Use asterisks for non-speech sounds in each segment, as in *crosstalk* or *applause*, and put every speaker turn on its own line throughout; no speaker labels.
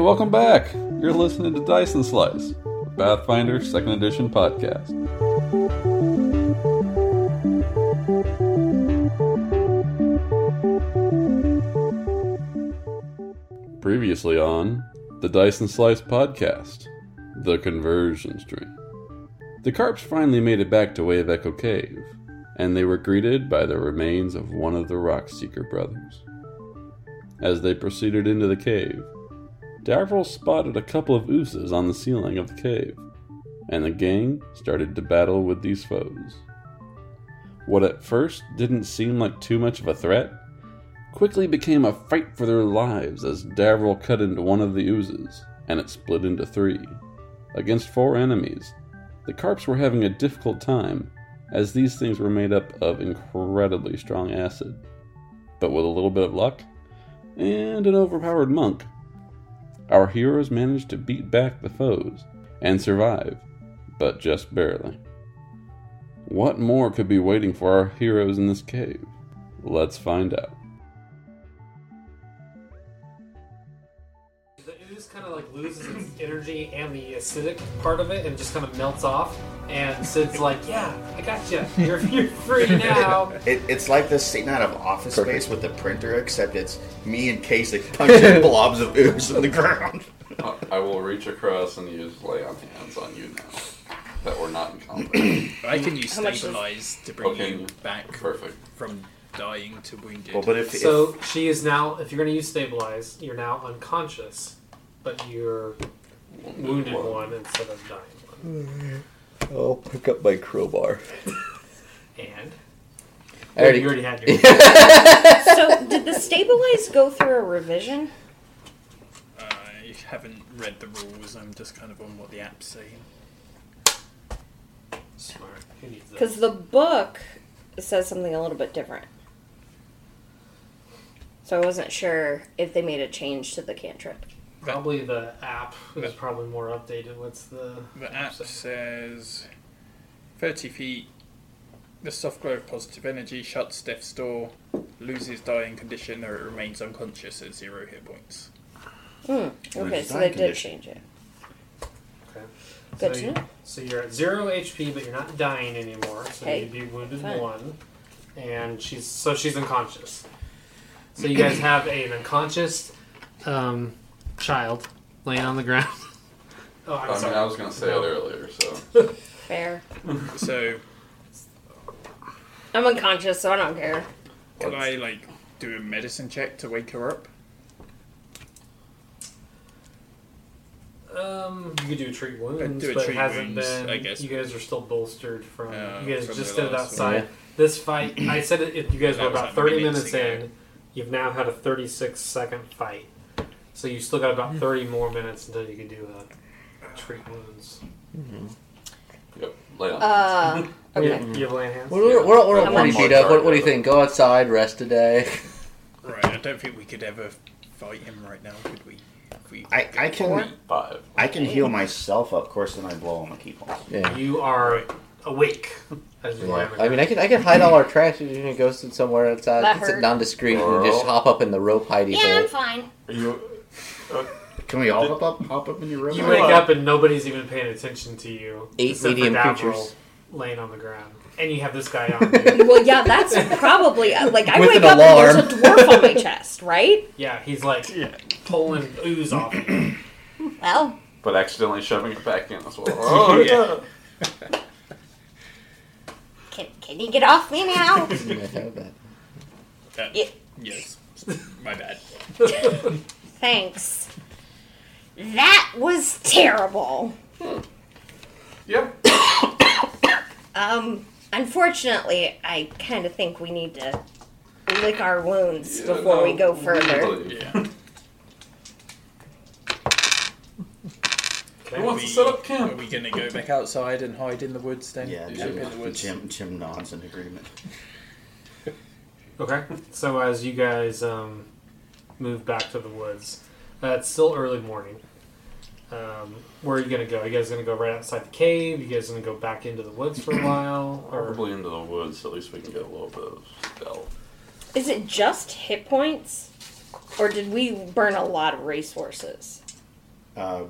welcome back. You're listening to Dice and Slice, a Pathfinder 2nd Edition podcast. Previously on the Dice and Slice podcast, the conversion stream. The Carps finally made it back to Wave Echo Cave, and they were greeted by the remains of one of the Rockseeker brothers. As they proceeded into the cave, Davril spotted a couple of oozes on the ceiling of the cave, and the gang started to battle with these foes. What at first didn't seem like too much of a threat quickly became a fight for their lives as Davril cut into one of the oozes, and it split into three. Against four enemies, the carps were having a difficult time, as these things were made up of incredibly strong acid. But with a little bit of luck, and an overpowered monk, our heroes managed to beat back the foes and survive, but just barely. What more could be waiting for our heroes in this cave? Let's find out.
The ooze kind of like loses its energy and the acidic part of it, and just kind of melts off. And Sid's like, "Yeah, I got you. You're, *laughs* you're free
*laughs*
now."
It, it's like the scene out of Office Space with the printer, except it's me and Casey punching *laughs* blobs of ooze in the ground.
I will reach across and use lay on hands on you now that we're not in combat.
*clears throat* I can use
much is-
stabilize to bring
Okay.
you back
Perfect.
from dying to wounded.
Well, but if,
So she is now. If you're going to use stabilize, you're now unconscious, but you're wounded one instead of dying one.
if I'll pick up my crowbar.
And
I already-
you already
*laughs*
had your.
so did the stabilize go through a revision?
I haven't read the rules. I'm just kind of on what the app's saying.
Smart. Who needs that?
Because the book says something a little bit different. So I wasn't sure if they made a change to the cantrip.
Probably the app is probably more updated. What's the?
The app says 30 feet. The soft glow of positive energy shuts death's door, loses dying condition, or it remains unconscious at zero hit points.
Okay, so
design
they did
condition.
change it.
Okay.
Good
so,
to
you-
know.
so you're at zero HP, but you're not dying anymore. So
Hey,
you'd be wounded
fine.
one, and she's so she's unconscious. So you guys have an unconscious um, child laying on the ground. oh, I'm sorry.
was going to say it earlier, so.
Fair.
So,
I'm unconscious, so I don't care.
can I, like, do a medicine check to wake her up?
Um, you could do treat wounds,
do a
but
treat
it hasn't
wounds,
been.
I guess.
You guys are still bolstered from.
Uh,
you guys
from
just
the
did it
last
outside.
one.
This fight, I said it. If you guys
That
were
was
about
like
thirty minutes
minutes ago.
in, you've now had a thirty-six second fight, so you still got about thirty more minutes until you can do a treat wounds.
Yep, lay on
Uh,
You-
*laughs* okay.
You, have laying hands.
We're, we're, we're, we're
How
pretty
much?
beat up. What, what do you think? Go outside, rest a day.
Right, I don't think we could ever fight him right now, could we? If we
I, I can
Five.
I can heal myself up, of course, then I blow on the key points.
*laughs* Yeah.
You are awake as you lie on the
I
ground.
mean, I can I can hide all our tracks. You can go sit somewhere outside,
That
sit
hurt.
non-discreet, and just hop up in the rope hidey
Yeah, I'm
hole.
fine.
Are you
Can we all hop up, hop up in your room?
You wake up and nobody's even paying attention to you.
Eight
except for
medium
Davril
creatures.
laying on the ground, and you have this guy on.
*laughs*
you.
Well, yeah, that's probably uh, like I
With
wake
an
up
alarm.
and there's a dwarf on my chest, right?
Yeah, he's like pulling ooze off. you.
Well,
but accidentally shoving it back in as
*laughs*
well. Oh yeah.
can can you get off me *laughs* now?
I have that.
Uh,
Yeah.
Yes, my bad.
Thanks. That was terrible.
Yep.
Um, unfortunately, I kind of think we need to lick our wounds before we go further.
*laughs*
Yeah.
Who
Okay.
wants to set up
Are
camp?
we gonna go back outside and hide in the woods then?
Yeah,
Sleep in the
Jim,
woods.
Jim, Jim nods in agreement.
Okay. So as you guys um, move back to the woods, uh, it's still early morning. Um, where are you gonna go? Are you guys gonna go right outside the cave? you guys gonna go back into the woods for a while? Or
Probably into the woods, so at least we can get a little bit of spell.
Is it just hit points? Or did we burn a lot of resources?
Uh,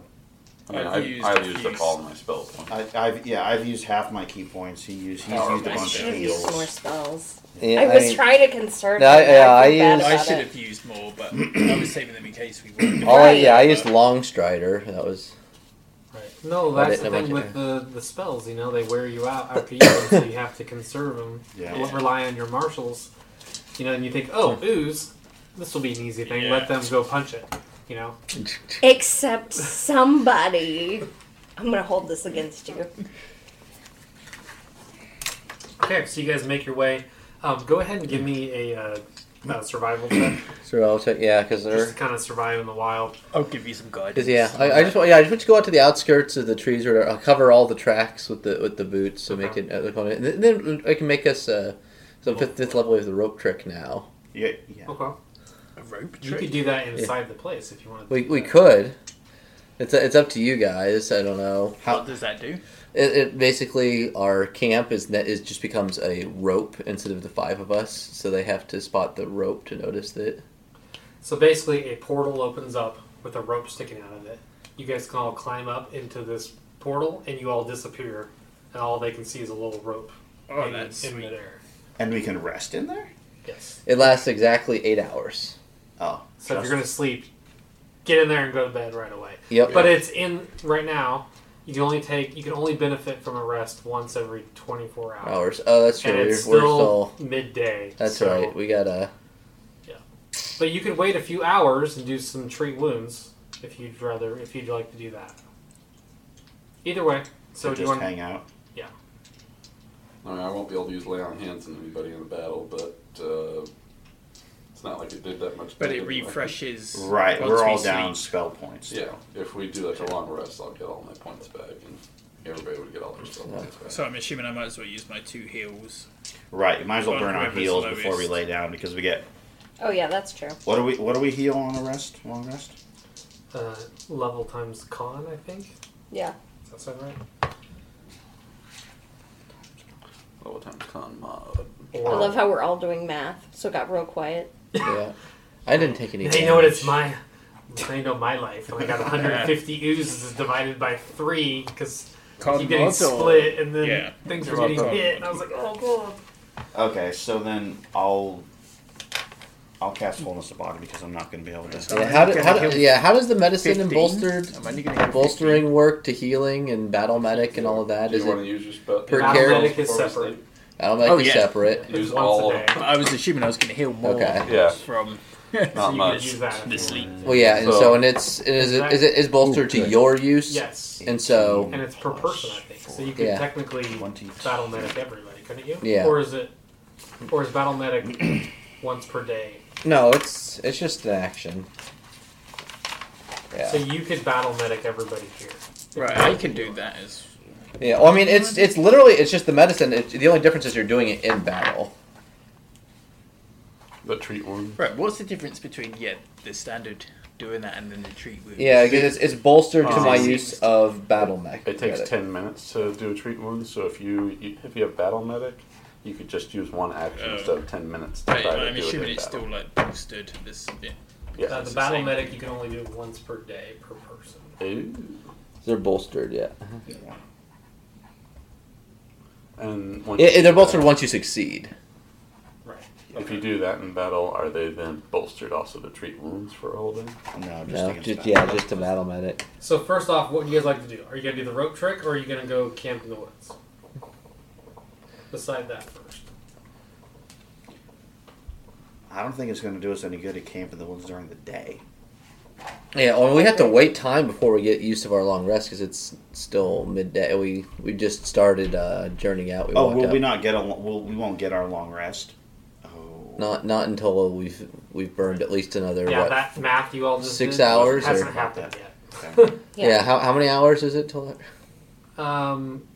I mean,
I've
I've,
used
I've,
a
used
few.
up all of my spell points.
I, I've yeah, I've used half my key points. He used he's
Oh,
used a
I
bunch of
should use more
heals.
spells.
Yeah,
I was
mean,
trying to conserve.
No,
them,
I-
but I, feel
yeah, I
bad
I
about
should
it.
have used more, *coughs* but I was saving them in case we were.
all I, yeah, I used long strider. That was
Right. No,
But
that's
it-
the
it
thing
won't
with the, the spells. You know, they wear you out after you, and so you have to conserve them.
Yeah.
Don't Rely on your marshals. You know, and you think, oh, ooze, this will be an easy thing. Let
Yeah.
them go punch it. You know,
Except somebody. I'm gonna hold this against you.
Okay, so you guys make your way. Um, go ahead and give me a, uh, uh survival check,
survival check. Yeah, because
just to
they're
kind of survive in the wild.
I'll give you some guidance.
because yeah, I, I just want yeah, I just want to go out to the outskirts of the trees or I'll cover all the tracks with the with the boots so make it uh, look on it. And then I can make us uh, some fifth, fifth level with the rope trick now.
Yeah, yeah.
Okay,
a rope
you
trick.
could do that inside the place if you wanted. To
We
do
we
that.
could. It's it's up to you guys. I don't know.
What does that do?
It, it basically our camp is net is just becomes a rope instead of the five of us, so they have to spot the rope to notice that.
So basically, a portal opens up with a rope sticking out of it. You guys can all climb up into this portal, and you all disappear, and all they can see is a little rope
Oh,
in,
that's
in
sweet.
midair.
And we can rest in there.
Yes.
It lasts exactly eight hours.
Oh,
So if
trust-
you're gonna sleep, get in there and go to bed right away.
Yep.
But it's in right now. You can only take. You can only benefit from a rest once every 24 hours.
hours. Oh, that's true.
and
We're,
it's
we're
still,
still.
midday.
That's
so-
right. We gotta.
But you could wait a few hours and do some treat wounds if you'd rather, if you'd like to do that. Either way, so
so
do you
just
want?
hang out.
I mean, I won't be able to use lay on hands on anybody in the battle, but uh, it's not like it did that much.
But it
damage.
refreshes.
Right,
once
we're
we
all
sleep.
down spell points.
Yeah, if we do like a long rest, I'll get all my points back, and everybody would get all their spell points back.
So I'm assuming I might as well use my two heals.
Right, you might as well burn our
Whoever's
heals before we
lowest.
lay down because we get
Oh yeah, that's true.
what do we what do we heal on a rest? Long rest?
Uh, level times con, I think.
Yeah.
Does that sound right?
Level times con mod.
I
Or,
love how we're all doing math, so it got real quiet.
Yeah. I didn't
*laughs*
take
*laughs*
any.
they know what
damage.
it's my. They know my life. and I got
*laughs*
150 oozes divided by three because keep getting split, and then
Yeah.
things
You're
were getting
welcome.
hit, and I was like, oh god.
Okay, so then I'll I'll cast fullness of body because I'm not going to be able to.
Yeah. How, do, how do, yeah. How does the medicine and
15?
bolstered
I'm only gonna get
bolstering work to healing and battle medic and all of that
Do
is
you want to
it?
use your spell?
per
your
carry?
spells
Medic is
before we
separate.
sleep?
Battle medic
Oh,
is
yeah.
separate.
It's
Use
once
all
a
of
day.
But I was assuming I was going to heal more
Okay.
Yeah.
from *laughs*
So
Not
you
much.
could use that.
the sleep.
Well, yeah, and so,
So-
and it's and is it is it is bolstered to
good.
your use?
Yes.
And so
And it's per person, I think. So you could
Yeah.
technically
20.
battle medic everybody, couldn't you?
Yeah.
Or is it, or is battle medic *clears throat* once per day?
no, it's it's just an action. Yeah.
So you could battle medic everybody here.
Right, I can do that as
Yeah, well, I mean, it's it's literally it's just the medicine. It, the only difference is you're doing it in battle.
The treat one.
right. What's the difference between yeah the standard doing that and then the treat wound?
Yeah, because it's, it's bolstered to
Um,
my use of battle mech.
It takes
medic.
ten minutes to do a treat wound, so if you, you if you have battle medic, you could just use one action
Oh.
instead of ten minutes to
Right,
try to
I'm
do it
assuming
in
it's
battle.
still like boosted. This yeah.
Yeah.
Uh, the
the
battle
same
medic you can only do once per day per person.
Ooh.
They're bolstered, yeah.
And once
Yeah,
you do
they're
that-
bolstered once you succeed.
Right.
If you do that in battle, are they then bolstered also to treat wounds for a whole day?
No, just
No,
against
just
that.
yeah, just a battle medic.
So first off, what do you guys like to do? Are you gonna do the rope trick, or are you gonna go camp in the woods? Decide that first.
I don't think it's going to do us any good at camp in the woods during the day.
Yeah, well, we have to wait time before we get use of our long rest because it's still midday. We we just started uh, journeying out. We
Oh,
walked
will
out.
we not get a? lo- Will, we won't get our long rest. Oh,
Not not until we've we've burned at least another
Yeah,
what?
that math you all just
Six
did
hours,
hasn't
or-
happened
*laughs*
Okay.
yeah. How, how many hours is it till?
yet. Um,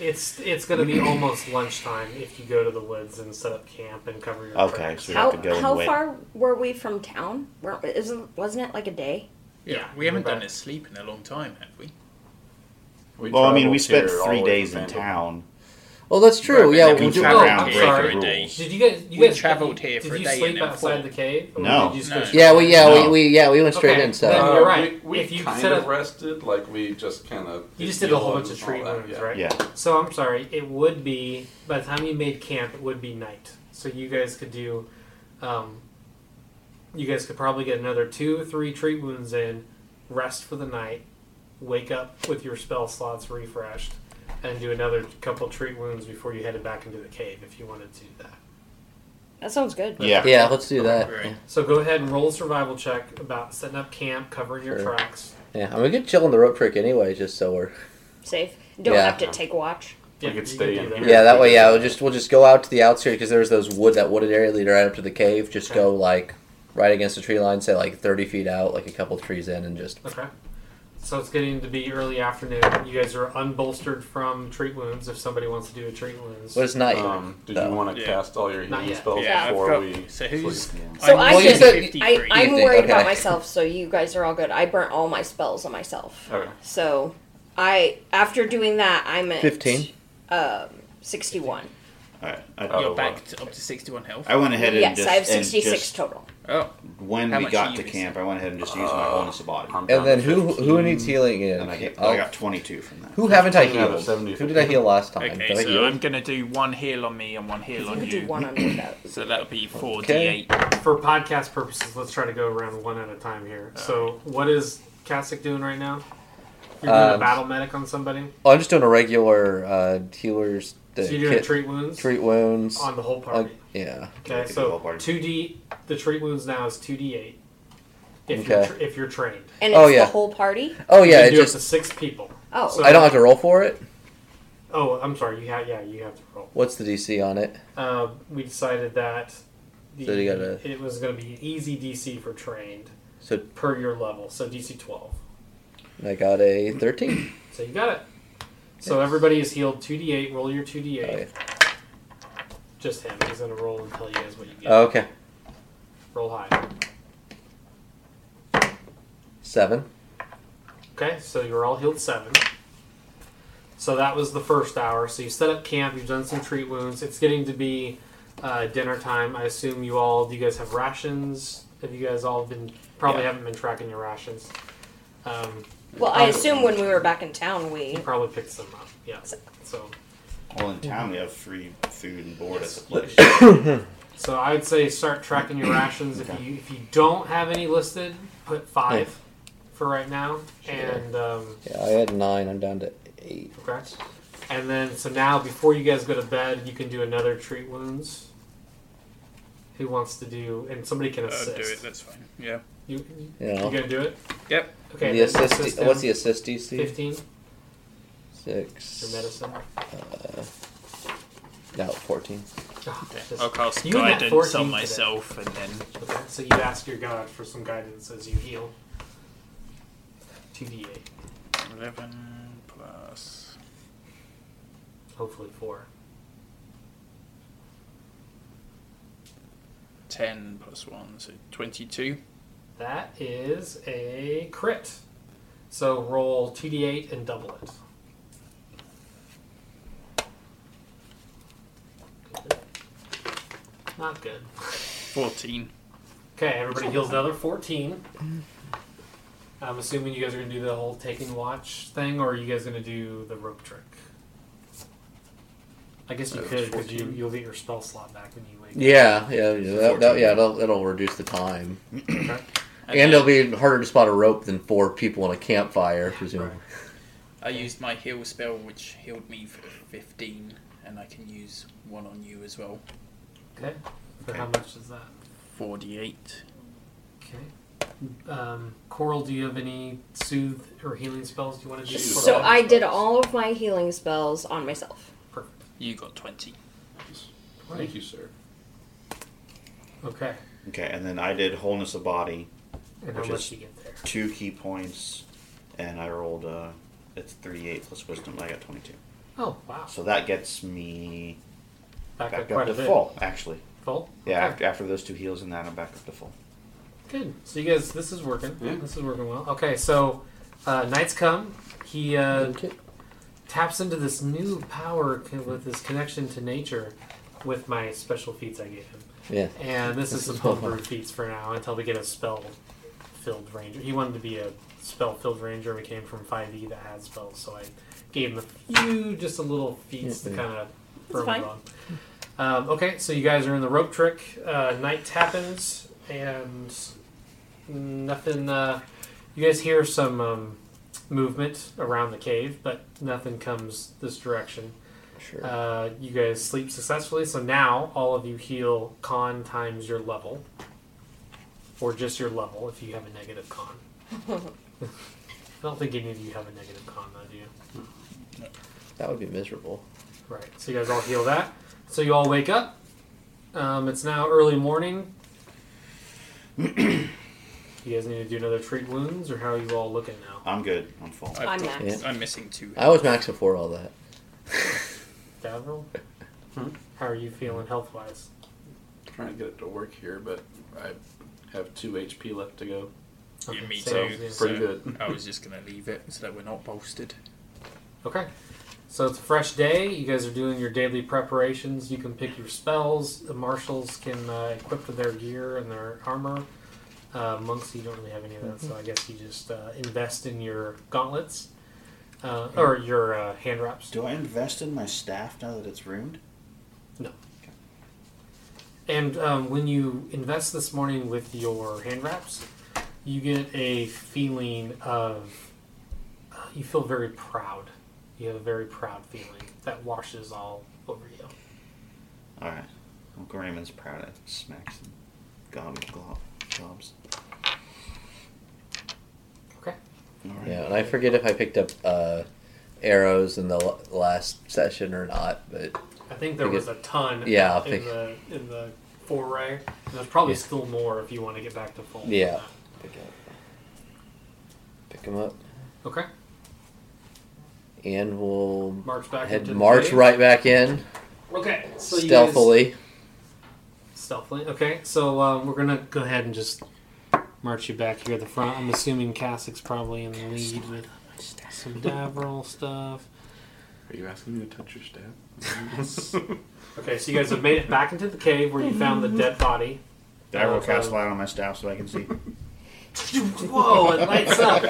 it's it's gonna be almost lunchtime if you go to the woods and set up camp and cover your
okay,
tracks.
so we
How,
have to go and
how
wait.
far were we from town? Were, isn't wasn't it like a day?
Yeah, we haven't done a sleep in a long time, have we?
We
Well, I mean, we
traveled
spent
here all
three
the way
days
from
in
Vandal.
town.
Well, Oh, that's true.
Right,
yeah,
but
we
then
do-
we travel
oh,
I'm
here
sorry.
for a day.
Did you guys? You
We
guys
traveled here
did
for a
you
day
Sleep
and then
outside
fought.
the cave. Or
No.
Did you just
No.
go straight
yeah, we yeah
No.
we, we yeah we went straight
Okay,
inside.
then- you're right.
Uh, We, we
If you
kind
set
of
up-
rested, like we just kind of.
You just did a whole bunch of tree wounds, right?
Yeah.
So I'm sorry. It would be by the time you made camp, it would be night. So you guys could do, um, you guys could probably get another two, three treat wounds in, rest for the night, wake up with your spell slots refreshed, and do another couple treat wounds before you headed back into the cave if you wanted to do that.
That sounds good.
Yeah.
Yeah, let's do that.
Right.
So go ahead and roll a survival check about setting up camp, covering your
Sure.
tracks.
Yeah, I'm mean, gonna chill on the rope trick anyway, just so we're
Safe. Don't
Yeah.
have to take watch.
We
Yeah,
could
you
stay
can
in
do
here.
yeah. That way, yeah, we'll just we'll just go out to the outskirts because there's those wood that wooded area leader right up to the cave. Just go like right against the tree line, say like 30 feet out, like a couple trees in, and just
Okay. So it's getting to be early afternoon. You guys are unbolstered from treat wounds if somebody wants to do a treat wounds.
but it's night.
Um, did
No.
you want to
Yeah.
cast all your healing
yet.
spells
Yeah, I've
before
got-
we
so who's-
sleep?
So
I'm
I
Well, you
just,
said-
I,
53.
I'm
Evening,
worried about
okay.
myself, so you guys are all good. I burnt all my spells on myself.
Okay.
So I, after doing that, I'm at
15?
um, 61.
Alright. I,
Oh,
You're back to, up to 61 health.
I went ahead and
yes,
just
I have
and
66
just-
total.
Oh,
When
How
we
much
got
you
to
used?
camp, I went ahead and just used my
Uh,
bonus body,
I'm down
And then
to
who who
15.
needs healing Oh, in?
and I, get, oh.
I'll-
I got 22 from that.
who haven't I
15 out of
healed?
70.
Who did I heal last time?
okay,
Did I
so
heal?
I'm going to do one heal on me and one heal
You
on
could do
you.
one under that.
*clears throat*
So that'll be 4d8.
Okay.
For podcast purposes, let's try to go around one at a time here. So what is Cassick doing right now? You're doing a
Um,
battle medic on somebody.
Oh, I'm just doing a regular uh, healer's
So
uh,
you're doing
kit-
treat wounds
treat wounds.
on the whole
Uh,
party.
yeah.
okay,
Okay, the whole
so
party.
two D. The treat wounds now is two D eight. If you're
Okay.
tra- if you're trained,
And it's
Oh, yeah.
the whole party?
Oh
You
yeah,
can
it
do up
just
to six people.
Oh.
So-
I don't have to roll for it.
Oh, I'm sorry. You have yeah, you have to roll.
What's the DC on it?
Uh, we decided that the,
So you gotta-
it was going to be an easy DC for trained
So
per your level, so DC 12.
I got a 13.
So you got it. So everybody is healed 2d8. Roll your 2d8.
Oh, yeah.
Just him. He's going to roll and tell you guys what you get.
Oh, okay.
roll high.
Seven.
Okay, so you're all healed seven. So that was the first hour. So you set up camp. You've done some treat wounds. It's getting to be uh, dinner time. I assume you all. Do you guys have rations? Have you guys all been? Probably haven't been tracking your rations. Um,
Well, I assume when we were back in town, we.
you probably picked some up. Yeah. So
Well, in town we have free food and board
Yes.
at the place.
so I would say start tracking your rations. If you if you don't have any listed, put five for right now. And um,
Yeah, I had nine. I'm down to eight.
Okay. And then, so now before you guys go to bed, you can do another treat wounds. Who wants to do? And somebody can
Uh,
assist.
do it, that's fine. Yeah.
You,
You
you
know.
gonna do it?
Yep.
Okay.
the
then
assist.
assist
what's the
him.
assist DC?
Fifteen. Your
Six.
medicine.
No, 14.
Oh, just-
I'll cast
You and that
guidance
14
on
today.
myself and then.
Okay, so you ask your god for some guidance as you heal. Two d eight,
11 plus.
hopefully four.
10 plus 1, so 22.
That is a crit. So roll two d eight and double it. Not good.
14.
Okay, everybody heals another 14. I'm assuming you guys are going to do the whole taking watch thing, or are you guys going to do the rope trick? I guess you
That was
could, because you,
14.
you'll get your spell slot back when you wake up.
Yeah, yeah, yeah, that, that, yeah. That'll, that'll reduce the time, and it'll
then
be harder to spot a rope than four people in a campfire, presumably.
I used my heal spell, which healed me for 15, and I can use one on you as well.
Okay. So
Okay.
how much is that?
48.
Okay. Um, Coral, do you have any soothe or healing spells you want to do?
Jeez.
for
So
that?
I did all of my healing spells on myself.
Perfect.
You got 20.
Thank you, sir.
Okay.
Okay, and then I did wholeness of body,
And
Which
how much
is-
do you get there?
two key points, and I rolled uh it's 38 plus wisdom. and I got 22.
Oh, wow.
So that gets me
Back,
back
up quite
up
a
to
bit.
full, actually.
Full?
Yeah,
Okay.
after, after those two heals and that, I'm back up to full.
Good. So you guys, this is working.
Yeah.
This is working well. Okay, so uh, Knight's come. He uh, taps into this new power co- with this connection to nature with my special feats I gave him.
Yeah.
And this is
This
some
is what-
homebrew feats for now until we get a spell filled ranger. He wanted to be a spell filled ranger. We came from 5e that had spells, so I gave him a few, just a little feats
Yeah,
to
yeah.
kind of firm
fine.
it on. Um, okay, so you guys are in the rope trick. Uh, night happens, and nothing. Uh, you guys hear some um, movement around the cave, but nothing comes this direction.
Sure.
Uh, you guys sleep successfully, so now all of you heal con times your level, or just your level if you have a negative con. I don't think any of you have a negative con, though, do you?
that would be miserable.
Right. So you guys all heal that. So you all wake up. Um, it's now early morning. you guys need to do another treat wounds, or how are you all looking now?
I'm good. I'm full.
I've
I'm
got-
next.
I'm missing two.
I was max before all that.
*laughs*
Davril?
Hmm?
How are you feeling health wise?
trying to get it to work here, but I have two HP left to go.
Yeah, me
So,
too.
pretty good.
uh,
I was just gonna leave it so that we're not bolstered.
Okay. So it's a fresh day. You guys are doing your daily preparations. You can pick your spells. The marshals can uh, equip with their gear and their armor. Uh, monks, you don't really have any of that, so I guess you just uh, invest in your gauntlets uh, or your uh, hand wraps.
Do I invest in my staff now that it's ruined?
And um, when you invest this morning with your hand wraps, you get a feeling of uh, you feel very proud. You have a very proud feeling that washes all over you.
All right. Uncle Raymond's proud. I smacks and gobble glob globs.
Okay.
All right.
Yeah, and I forget if I picked up uh, arrows in the l- last session or not, but
I think there
Think
was a ton.
yeah, I
in
think-
the in the foray. And there's probably
Yeah.
still more if you want to get back to full.
Yeah. pick up, pick them up,
Okay.
and we'll
March back.
head
into the
march
cave.
right back in
Okay. So you guys-
stealthily.
Stealthily. Okay, so um, we're gonna go ahead and just march you back here at the front. I'm assuming Cassock's probably in the lead with some Davril stuff.
Are you asking me to touch your stab?
Okay, so you guys have made it back into the cave where you found
*laughs*
the dead body.
Did I roll
Uh,
cast light on my staff so I can see?
Whoa! It lights
*laughs*
up.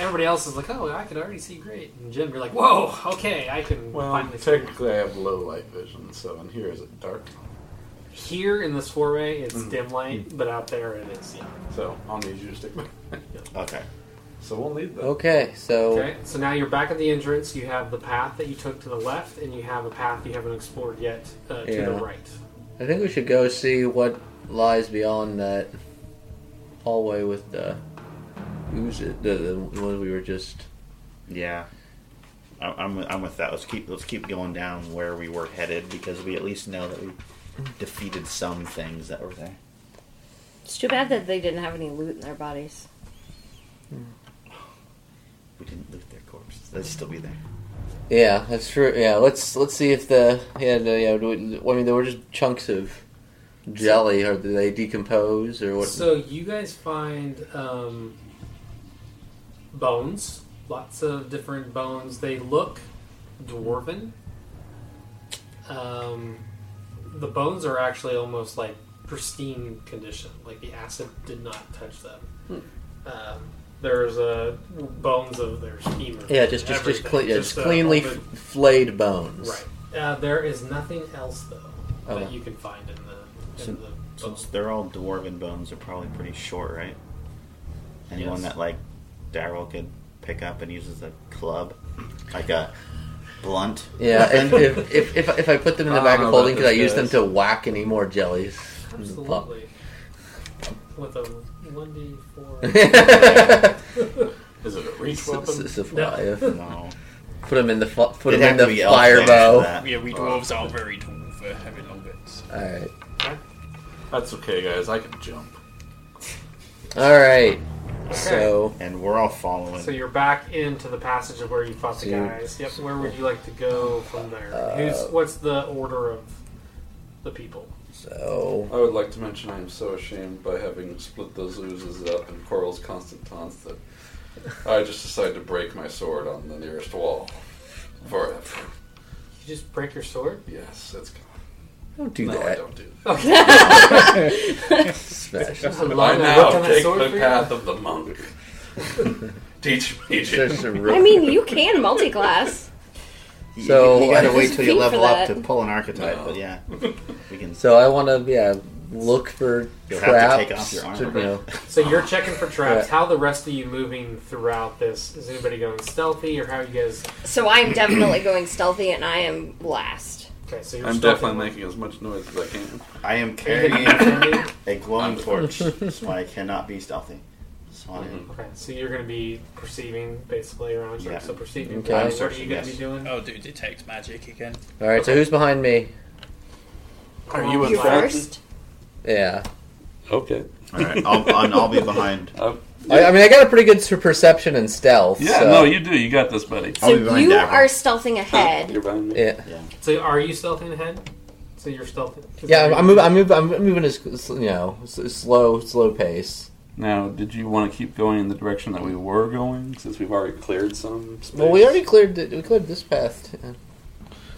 Everybody else is like, "Oh, I can already see great," and Jim, you're like, "Whoa, okay, I can
Well,
finally." see."
technically, I have low light vision, so in here is it dark.
Here in this foray, it's dim light, but out there it is. Yeah.
So I'll need you to stick with me.
Okay.
*laughs* So we'll need that.
Okay, so
Okay, so now you're back at the entrance. You have the path that you took to the left, and you have a path you haven't explored yet uh, to
Yeah.
the right.
I think we should go see what lies beyond that hallway with the who's it? The, the one we were just.
Yeah. I- I'm, with- I'm with that. Let's keep let's keep going down where we were headed because we at least know that we defeated some things that were there.
It's too bad that they didn't have any loot in their bodies.
We didn't loot their corpses. They'd still be there.
Yeah, that's true. Yeah, let's let's see if the yeah no, yeah. do we- I mean, they were just chunks of jelly, or do they decompose, or what?
So you guys find um, bones, lots of different bones. They look dwarven. Um, the bones are actually almost like pristine condition, like the acid did not touch them.
Hmm.
Um, there's uh, bones of their femur.
yeah, just just just,
everything,
clean, yeah, just
uh,
cleanly
all the-
f- flayed bones.
Right. Uh, there is nothing else though that
Okay.
you can find in the in
Sin-
the
Since
bones.
they're all dwarven bones, are probably pretty short, right? Anyone
Yes.
that like Daryl could pick up and use as a club, like a blunt. *laughs*
Yeah, if, if, if, if, if I put them in the
I
bag
don't
of
know
holding,
about
could I
this,
use them
guys.
to whack any more jellies? *laughs*
Absolutely. With a one d
*laughs*
four.
it's,
Oh.
Is it a *laughs* reach
*laughs*
weapon?
it's a fly.
No,
Put them in the fu- put
It'd have
them in
to
the
be elf
fire
bands for
bow.
that.
Yeah,
Oh.
we dwarves are very tall for having long bits.
All right,
That's okay, guys. I can jump.
all right.
Okay.
So
And we're all following.
So you're back into the passage of where you fought the
So-
guys. Yep. Where would you like to go from there? Who's what's the order of the people?
so
I would like to mention I am so ashamed by having split those oozes up in Coral's constant taunts that I just decided to break my sword on the nearest wall. Forever.
You just break your sword?
Yes, that's gone.
Don't do
no, I
that.
don't do that.
Okay.
Smash.
I
I
love that.
now
What kind of
take
sword for
the
you?
path of the monk. *laughs* Teach me, Jesus.
Just a real-
I mean, you can multi-class.
So,
you, you gotta
I-
wait till you
Speak
level
for
up
that.
to pull an archetype, but
*laughs*
yeah, we can.
So I want to, yeah, look for
You'll have
traps.
to take off your
to,
armor.
you know,
So you're checking for traps. How are the rest of you moving throughout this? Is anybody going stealthy or how are you guys?
So I'm definitely going stealthy, and I am last.
Okay, so you're
I'm
stealthy.
definitely making as much noise as I can.
I am
Are
*laughs*
you gonna
carrying
be friendly?
a glowing
I'm-
torch, that's why I cannot be stealthy. So I
Mm-hmm.
am-
Okay, so you're going to be perceiving basically around you.
Yeah.
So perceiving.
Okay.
Okay. What are you going to
Yes.
be doing?
I'll do detect magic again.
all right. So who's behind me?
Are you in
You
front?
first.
Yeah.
Okay.
All right, I'll, I'll, I'll be behind.
Uh,
I, I mean, I got a pretty good sur- perception and stealth.
yeah,
so- Oh.
no, you do. You got this, buddy.
I'll
So
be behind
you
Dabra.
are stealthing ahead.
You're behind me.
Yeah.
So are you stealthing ahead? So you're stealthy. Is
Yeah,
that
I'm,
what
I'm
you're
moving. I'm moving. I'm moving as s- you know, s- slow, slow pace.
Now, did you want to keep going in the direction that we were going since we've already cleared some space?
Well, we already cleared. The, we cleared this path.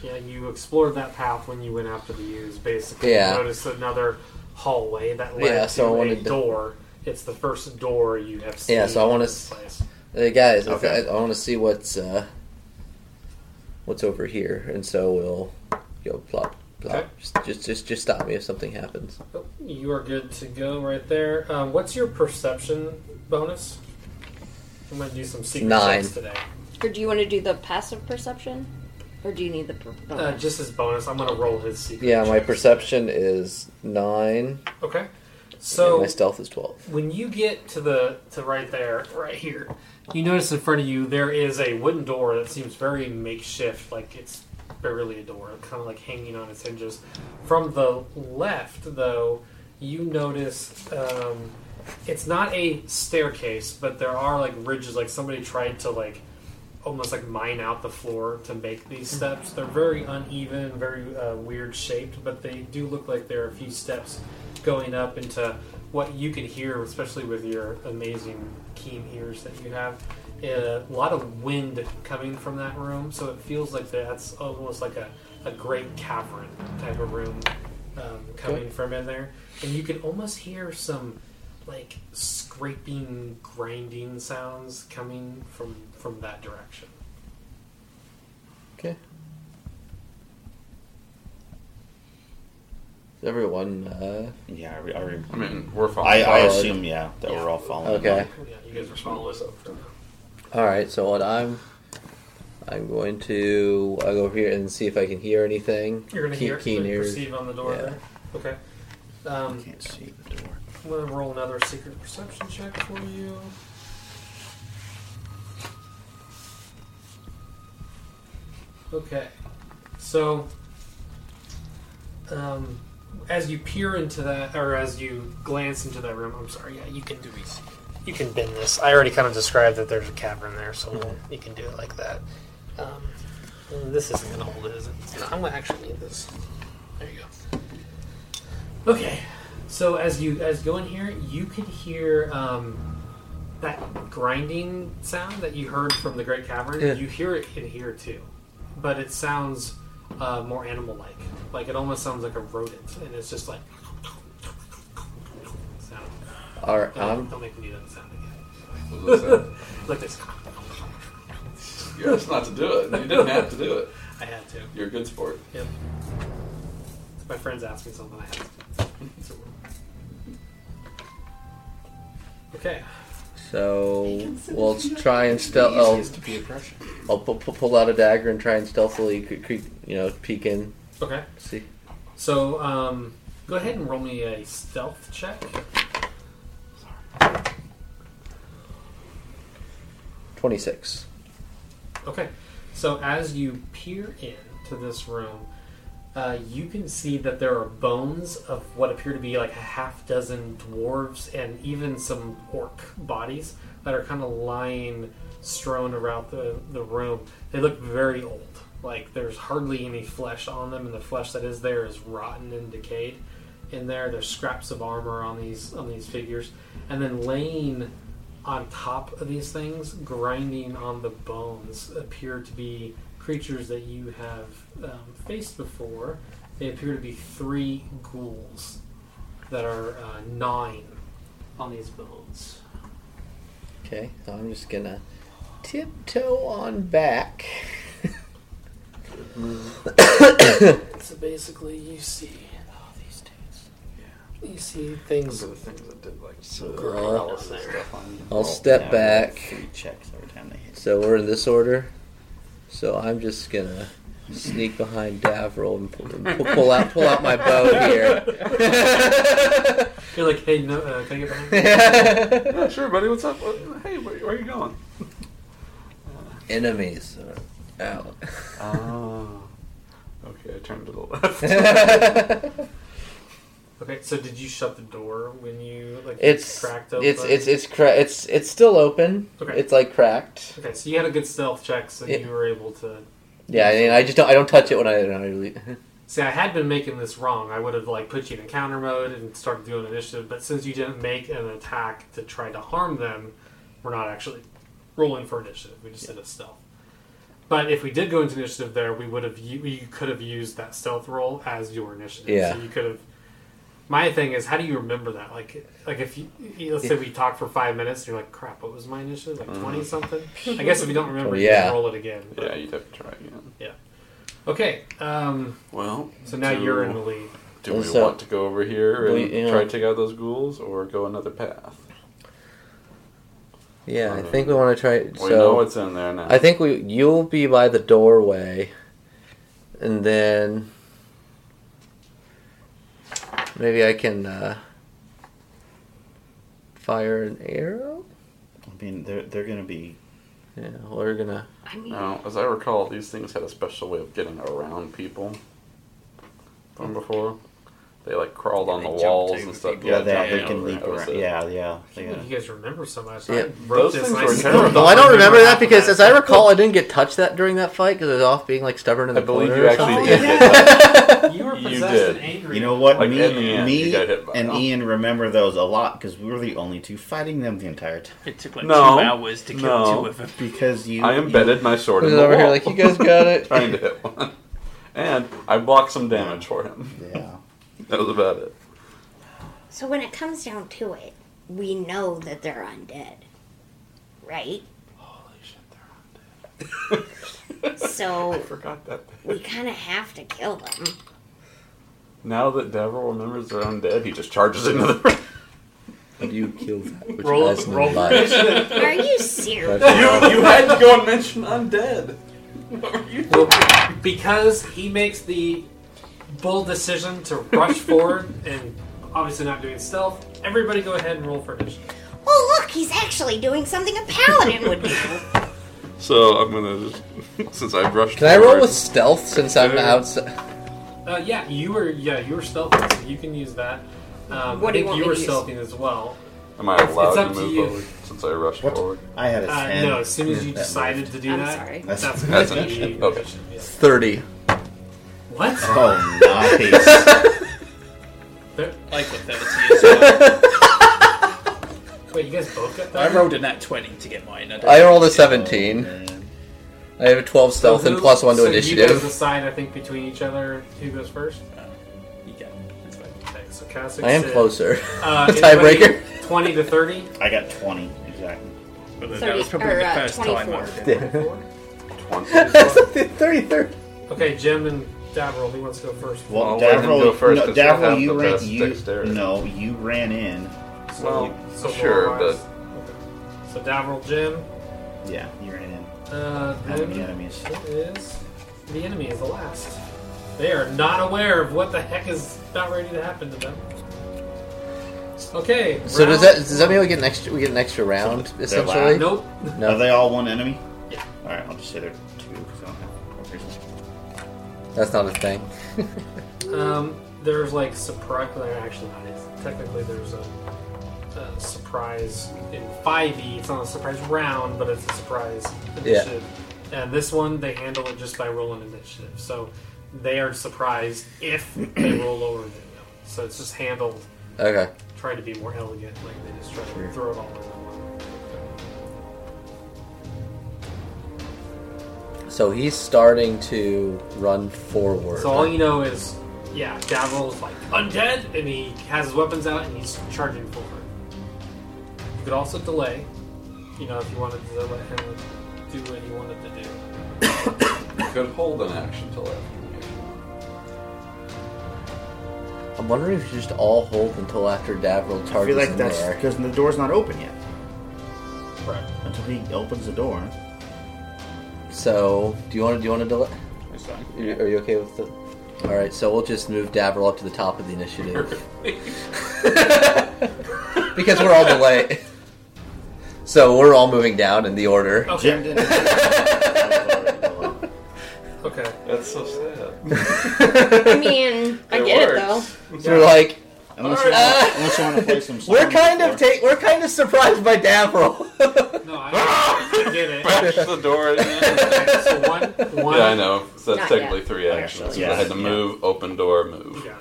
Yeah, you explored that path when you went after the ewes, basically.
Yeah.
You noticed another hallway that led
Yeah, so I
to a
wanted to-
door. It's the first door you have seen.
Yeah, so I
in
wanna
this
s-
place.
Hey guys, I-
Okay.
I, want to see what's uh, what's over here, and so we'll go plop, plop.
Okay.
Just, just, just, just stop me if something happens.
You are good to go right there. Um, what's your perception bonus? I'm going to do some secret
Nine.
checks today.
Or do you want to do the passive perception? Or do you need the per-
Uh,
bonus?
just as bonus, I'm going to roll his secret.
Yeah, my
checks.
perception is nine,
Okay.
and
So
my stealth is twelve.
when you get to the to right there, right here, you notice in front of you there is a wooden door that seems very makeshift, like it's barely a door, kind of like hanging on its hinges. From the left, though, you notice um, it's not a staircase, but there are like ridges, like somebody tried to like almost like mine out the floor to make these steps. They're very uneven, very uh, weird shaped, but they do look like there are a few steps going up into what you can hear, especially with your amazing keen ears that you have. A lot of wind coming from that room, so it feels like that's almost like a, a great cavern type of room um, coming from in there. And you can almost hear some like scraping, grinding sounds coming from from that direction.
Okay. Is Everyone, uh,
*laughs* Yeah, are we, are we,
I mean, we're fine.
I, I
Followed.
assume yeah that we're all following.
Okay.
along.
Yeah, you
You guys
guys
are
were
small
small.
as
all right. So what I'm, I'm going to I'll go over here and see if I can hear anything.
You're gonna
Keen-
hear
keen
like,
ears.
perceive on the door
Yeah.
there. Okay.
I
Um,
can't see the door.
I'm gonna roll another secret perception check for you. Okay, so um, as you peer into that, or as you glance into that room, I'm sorry, yeah, you can do these. You can bend this. I already kind of described that there's a cavern there, so we'll- you can do it like that. Um, this isn't gonna hold it, is it? No, I'm gonna actually need this. There you go. Okay, so as you guys go in here, you can hear um, that grinding sound that you heard from the Great Cavern.
Yeah.
You hear it in here too, but it sounds uh, more animal-like. Like it almost sounds like a rodent, and it's just like sound.
All right.
Don't,
I'm
don't make me do that sound again.
Listen,
Like this.
you asked not to do it. You didn't have to do it.
I had to.
You're a good sport.
Yep. My friends asked me something. I had to. It's a rule. Okay.
So we'll try and stealth. I'll,
to be oppression.
I'll pu- pu- pull out a dagger and try and stealthily, cre- cre- you know, peek in.
Okay.
See.
So, um, go ahead and roll me a stealth check.
Twenty six.
Okay. So, as you peer into this room, uh, you can see that there are bones of what appear to be like a half dozen dwarves and even some orc bodies that are kind of lying strewn around the, the room. They look very old. Like, there's hardly any flesh on them, and the flesh that is there is rotten and decayed. in there. There's scraps of armor on these on these figures, and then laying on top of these things, grinding on the bones, appear to be creatures that you have um, faced before, they appear to be three ghouls that are uh, gnawing on these bones.
Okay, so I'm just gonna tiptoe on back.
So basically, you see these dudes. Yeah. You see things.
*laughs*
the things that did like
Uh,
paralysis stuff on you.
I'll step
Oh, Yeah,
back.
Three checks every time they hit.
So we're in this order. So I'm just gonna sneak behind Davril and pull, and pull- pull out pull out my bow here.
*laughs* You're like, hey, no, uh, can I get behind? you?"
Yeah, sure, buddy. What's up? What- Hey, where, where are you going?
*laughs* Enemies are out.
Oh. Okay, I turned to the *laughs* left.
*laughs*
Okay, so did you shut the door when you like
it's
cracked open?
it's it's it's cra- it's it's still open.
Okay.
It's like cracked.
okay, so you had a good stealth check, so
Yeah.
you were able to.
Yeah, I mean, I just don't I don't touch it when I, when I really-
See, I had been making this wrong. I would have like put you in encounter mode and started doing initiative, but since you didn't make an attack to try to harm them, we're not actually rolling for initiative. We just did a stealth. But if we did go into initiative there, we would have u- you could have used that stealth roll as your initiative.
Yeah.
So you could have. My thing is, how do you remember that? Like, like if you you- let's say we talk for five minutes, and you're like, crap, what was my initiative? Like twenty something. I guess if you don't
*laughs*
remember,
Oh,
you
Mm. yeah.
can roll it again. but-
yeah, you'd have to try again.
Okay. Um,
Well,
so now
do-
you're in the lead.
Do we
So-
want to go over here and
We- yeah.
try to take out those ghouls, or go another path?
Yeah, I think we want to try.
We
so
know it's in there now.
I think we you'll be by the doorway, and then maybe I can uh, fire an arrow.
I mean, they're they're gonna be.
Yeah, we're gonna.
I mean,
Now, as I recall, these things had a special way of getting around people from before. They like crawled on
They
the
jumped
walls
over
and stuff.
people.
Yeah,
they-
jumping
they, they can
over,
yeah,
leap
that was
around.
it.
Yeah, yeah, they
Can't believe
gotta-
You guys remember so much.
Yeah.
I wrote
Those
this
things
and I
were
still
terrible.
No, I don't remember that
half of
because, as I recall, I didn't get touched that during that fight because I was off being like stubborn in the
I believe
corner
you
or
actually
something.
did
*laughs*
yeah.
hit *laughs* that.
*laughs* you were
You
possessed
did.
and angry.
You know what?
Like,
me
in the end, you
me
got hit by
and
them.
Ian remember those a lot because we were the only two fighting them the entire time.
It took like
No.
two hours to kill
No.
two of them.
Because you,
I embedded my sword
He's
in the
over
wall,
here like you guys got
*laughs*
it.
trying to hit one, and I blocked some damage for him.
You, yeah.
That was about it.
so when it comes down to it, we know that they're undead, right?
Holy shit, they're
*laughs*
I *laughs*
So
forgot that. bit.
we kind of have to
*laughs*
kill them.
Now that Devil remembers they're undead, he just charges into the room.
You killed that, which
Roll-
has no
roll.
life.
Are you serious?
*laughs*
That's-
you had to go and mention undead.
Well, because he makes the bold decision to rush forward and obviously not doing stealth. Everybody, go ahead and roll for initiative.
Oh, look, he's actually doing something a paladin would do.
*laughs* So I'm gonna just *laughs* since I brushed.
*laughs* Can I roll with stealth since I'm outside?
Uh, yeah, you were yeah you were stealthing, so you can use that. Um,
What
I
do you
think
want
you
me
were
to use?
stealthing as well.
Am I allowed
It's up
to
to
move
you.
forward since I rushed
What?
forward?
I had a
Uh,
ten.
no, as soon as you
That
decided to do
I'm
that,
sorry.
That's-
that's
That's
gonna
an
be
initiative. Okay.
initiative, yeah.
*laughs* Thirty.
What?
Oh, nice.
There-
I got 30 as *laughs* well.
Wait, you guys both got that?
I rolled a nat 20 to get mine. don't
I rolled a
know.
*laughs* seventeen.
Man.
I have a 12 stealth and
who-
plus 1 to
so You guys
initiative.
decide, I think, between each other who goes first.
You get it. It's fine.
Okay, so Cassick
I am
said,
closer. *laughs*
Uh,
Tiebreaker.
anybody 20 to 30. *laughs*
I got twenty exactly.
But that
Thirty-
was probably
or,
the
uh,
first time
24.
I did.
*laughs*
Twenty.
33.
Okay, Jim and Davril, who wants to go first?
Well,
I'll let him
Davril,
go first
no,
'cause he'll
Davril,
have
you
the
ran.
best
You,
dexterity.
no, you ran in.
Well,
So
sure,
roll-wise.
but
Okay. So Davril, Jim.
Yeah, you ran in.
Uh,
How many
then
enemies?
it is the enemy is the last. They are not aware of what the heck is about ready to happen to them. Okay.
So
round-
does that does that mean we get an extra we get an extra round
they're
essentially?
Nope.
Are
No,
they all one enemy?
Yeah.
All right, I'll just say they're two because I don't have reasons.
that's not a thing. *laughs*
Um, there's like surprise. Well, actually, not. It's, technically, there's a, a surprise in 5e. It's not a surprise round, but it's a surprise initiative. And this one, they handle it just by rolling initiative. So they are surprised if they roll lower than them. So it's just handled.
Okay.
Try to be more elegant. Like they just try to throw it all in one.
So he's starting to run forward.
So all you know is, yeah, Davil's like undead, and he has his weapons out, and he's charging forward. You could also delay, you know, if you wanted to let him do what he wanted to do.
You could hold an action till after the game.
I'm wondering if you just all hold until after Davril charges
I feel like
in
that's
there.
because the door's not open yet.
Right.
Until he opens the door.
So do you want to do you want to delay?
It's fine.
Are are you okay with the? All right, so we'll just move Davril up to the top of the initiative *laughs* because we're all delayed. So we're all moving down in the order. *laughs*
Okay.
Jim didn't.
Okay.
That's so *laughs* sad.
I mean, I get it though.
So we're like,
unless, you want, unless you want to play some.
we're
Storm
kind of
before.
ta- we're kind of surprised by Davril. *laughs*
No, I, I get it.
Bash the *laughs* door in.
Okay, so one, one.
Yeah, I know. So that's
Not
technically
yet.
three actions.
Actually,
I had to
yeah.
move, open door, move.
Yeah.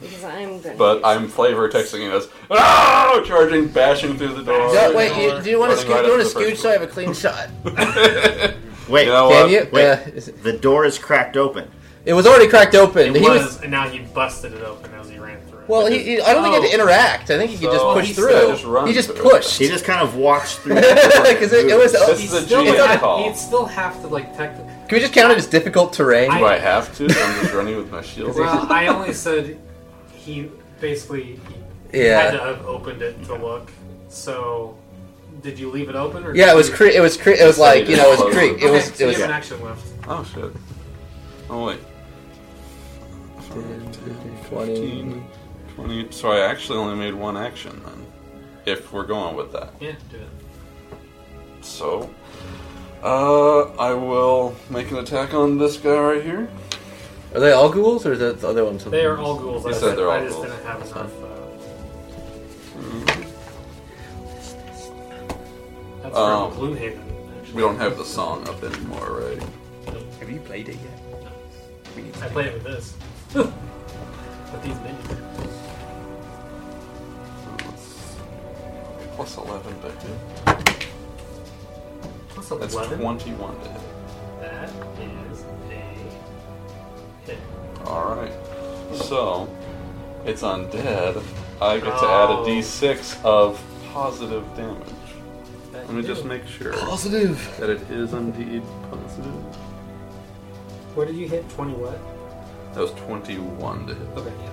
Because I'm gonna.
But I'm flavor texting us, oh, charging, bashing through the door.
no, wait, you, do you want
Running
to scooch?
right
do you want
up
to
to the
scooch
first
so I have a clean shot?
Wait,
You know
Can
what?
you?
Wait.
Uh, is it-
the door is cracked open.
it was already cracked open.
It
he
was,
was
and now he busted it open as he ran through. it.
Well, he, he- I don't think he had to
Oh.
interact. I think he could just
So-
push
He
through.
said just run
he just
through.
*laughs* pushed.
He just kind of walks through.
*laughs*
the door and
'Cause it- it
moves.
was-
This
He'd
is a
still,
GM
have,
call.
he'd still have to like technically.
Can we just count it as difficult terrain?
I-
*laughs* Do I have to? I'm just running with my shield.
Well, I only said he basically he had to
yeah.
have opened it to look. So, did you leave it open? Or
Yeah,
did
it was
you-
cre- it was cre- it was
So
like
you
you know it
just close
was creek.
it.
It
Okay,
was
so
it
you
was.
have an action left.
Oh shit. Oh wait. 15, 20. So I actually only made one action then. If we're going with that.
Yeah, do it.
So. Uh, I will make an attack on this guy right here.
Are they all ghouls or is that the other ones?
They are all ghouls. I
You said
said
they're all
I just
ghouls.
didn't have enough. Uh, that's
Um,
from Gloomhaven.
We don't have the song up anymore, right?
Have you played it yet?
I play it with this. *laughs* with these minions.
Plus 11 to hit.
Plus
That's
11.
21 to hit.
That is a hit.
Alright. So, it's undead. I get to add
Oh.
a d6 of positive damage.
That
Let me
hit.
just make sure
positive.
that it is indeed positive.
What did you hit? 20 what?
That was 21 to hit.
Okay, yeah.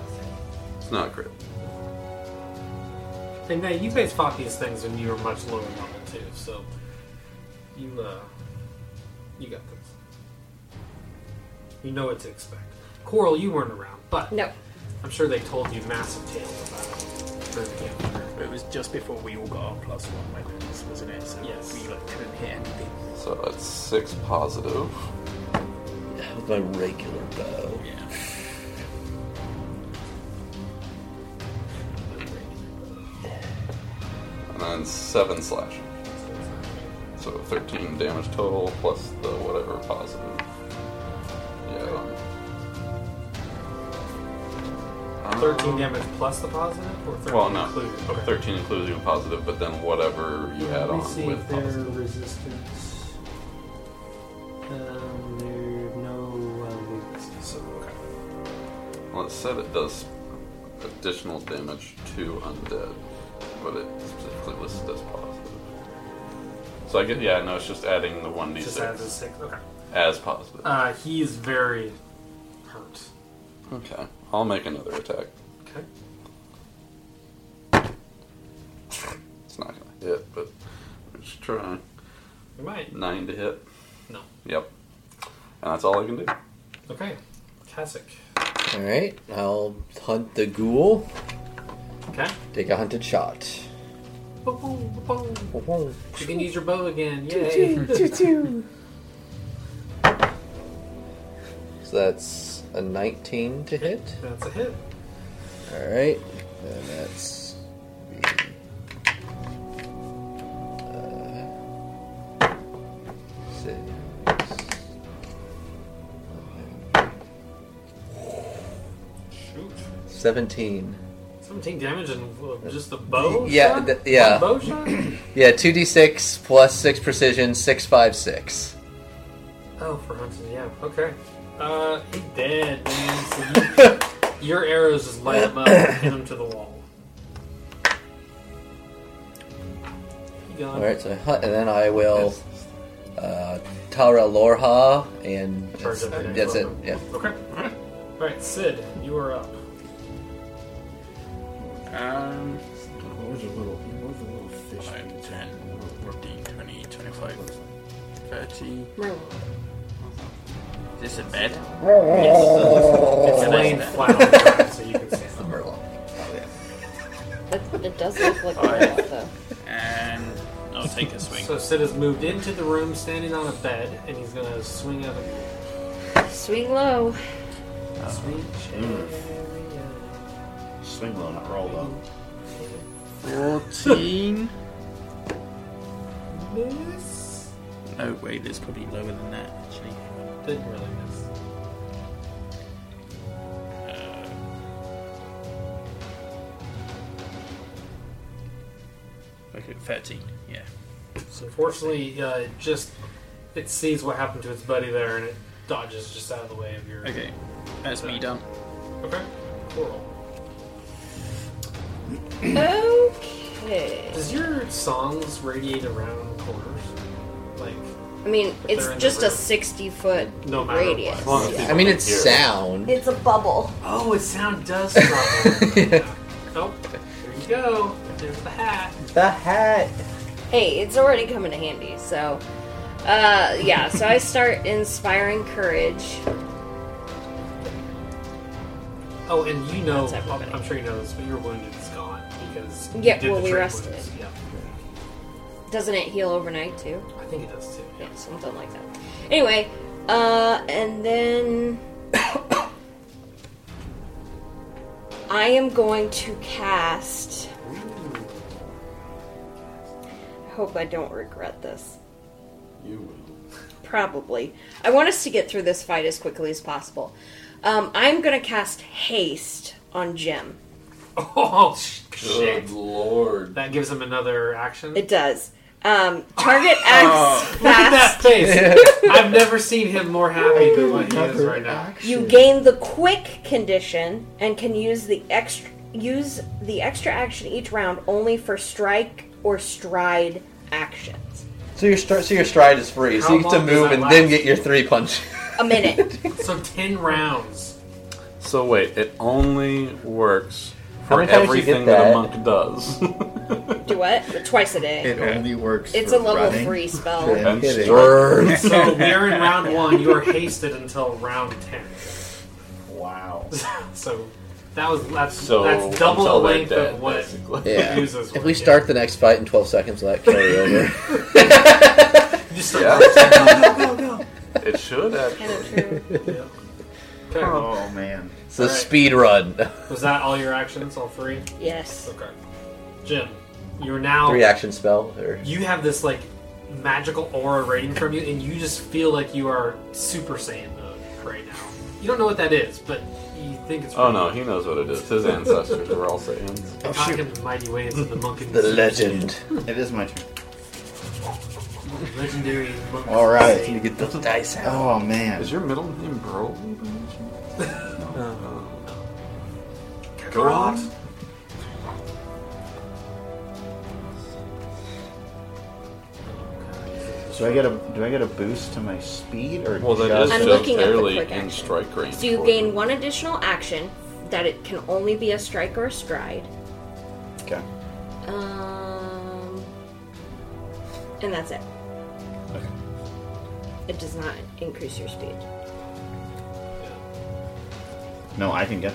It's not great.
And now you guys fought these things when you were much lower level too, so you uh you got this. You know what to expect. Coral, you weren't around, but
No.
I'm sure they told you massive tales about it during the game.
It was just before we all got our plus one weapons, wasn't it? So
Yes.
we like, couldn't hit anything.
So that's 6 positive.
With my regular bow.
Yeah.
And then 7 slashing. So 13 damage total plus the whatever positive. Yeah. I don't know.
13
Um,
damage plus the positive, or 13
Well, no.
included? Okay.
13 includes even positive, but then whatever you add
Let me
on
see
with
if their
positive.
resistance. Um, they're no uh, weaknesses, so okay.
Well, it said it does additional damage to undead, but it specifically listed as positive. So I get, yeah, no, it's just adding the
Just adds a
1d6
six. Okay.
as positive.
Uh, he is very hurt.
Okay, I'll make another attack.
Okay.
It's not gonna hit, but let's try.
You might.
Nine to hit.
No.
Yep. And that's all I can do.
Okay. Kasich.
All right, I'll hunt the ghoul.
Okay.
Take a hunted shot.
Ba-boom, ba-boom.
Whoa.
You can use your bow again. Yay.
So that's a 19 to hit.
*laughs* That's a hit.
All right, and that's uh, six.
Shoot.
17.
17 damage and uh, just a bow?
Yeah,
shot?
th- yeah.
One bow
*clears throat*
shot?
*laughs* Yeah, 2d6 plus 6 precision, 656.
Oh, for Hudson, yeah. Okay. Uh, he dead, man. So you, your arrows just light him up and hit him to the wall. You got
All right, so I hunt, and then I will uh, Tara Lorha, and
Charge
that's,
up the next
that's it.
level.
Yeah.
Okay. Alright, Sid, you are up.
Um,
Where's the little, where's the little fish?
9, 10, 14, 20, 25, 30. Is this a bed?
*laughs*
It's
Oh.
laying flat on the ground, so you can stand up.
Merlot.
That, that does look like a lot, though.
And Um, I'll take *laughs* a swing.
So Sid has moved into the room standing on a bed, and he's gonna swing out of
*clears throat*
Swing low.
Sweet chariot.
Swing low, not roll low.
14.
Miss?
*laughs* No, wait, it's probably lower than that, actually.
Didn't really miss.
Okay, 13, yeah.
So fortunately, uh, it just it sees what happened to its buddy there, and it dodges just out of the way of your.
Okay, that's me done.
Okay. Cool.
Okay.
Does your songs radiate around corners? Like
I mean, it's
they're in the
just a
room.
60 foot
no matter
radius.
what.
I mean, it's sound.
It's a bubble.
Oh, its sound does travel. oh, there you go. There's the hat.
The hat.
Hey, it's already coming to handy, so. Uh, yeah, so I start inspiring courage.
Oh, and you know,
That's everybody.
I'm, I'm sure you know this, but your wound is gone because you
Yeah,
did
well,
the
we
trade
rested.
wounds. Yeah,
Doesn't it heal overnight, too?
I think it does too.
Yeah, something like that. Anyway, uh, and then I am going to cast. I hope I don't regret this.
You will.
Probably. I want us to get through this fight as quickly as possible. Um, I'm going to cast haste on Jim.
*laughs* Oh sh- shit!
Good lord.
That gives him another action.
It does. Um, target
*laughs*
acts
Look at that
fast. *laughs*
face! I've never seen him more happy than what he is
Another
right now.
action.
You gain the quick condition and can use the extra use the extra action each round only for strike or stride actions.
So your stri- so your stride is free, so
How
you get to
long does
move
that
and then
last?
get your three
*laughs*
punch.
A minute.
So ten rounds.
So wait, it only works
How
for
many times you
everything
get
that a
that?
monk
*laughs*
does.
Do what? Twice a day.
It only works.
It's
for
a level
running.
three spell.
Yeah.
And
kidding.
strength.
So we are in
*laughs*
round one. You are hasted until round ten.
Wow.
So that was that's,
So
that's double the
until they're
length
dead,
of what.
basically.
*laughs*
Yeah.
Use this
If
one,
we
yeah.
start the next fight in 12 seconds, will that carry
*laughs*
over?
You just
Yeah.
start-
*laughs*
*laughs*
It should
Kind
actually.
of true.
Okay.
Oh man.
It's a
Alright.
speed run.
Was that all your actions? All three?
Yes.
Okay. Jim, you're now.
Reaction spell. Or...
You have this like magical aura radiating from you, and you just feel like you are Super Saiyan mode right now. You don't know what that is, but you think it's.
Oh no, he knows what it is. His ancestors were all Saiyans.
Oh, the mighty ways
*laughs*
of the monk and
The legend.
It is my turn.
Legendary monk.
All right.
Saiyan.
You get those dice out.
Oh man.
Is your middle name Broly? by any chance? Go
Kakarot?
on.
So I get a do I get a boost to my speed or
Well, that is
just
I'm
just
looking at the
barely
quick
in
action.
strike range.
So you
for
gain
you.
one additional action that it can only be a strike or a stride.
okay.
Um, and that's it. It does not increase your speed.
No, I can get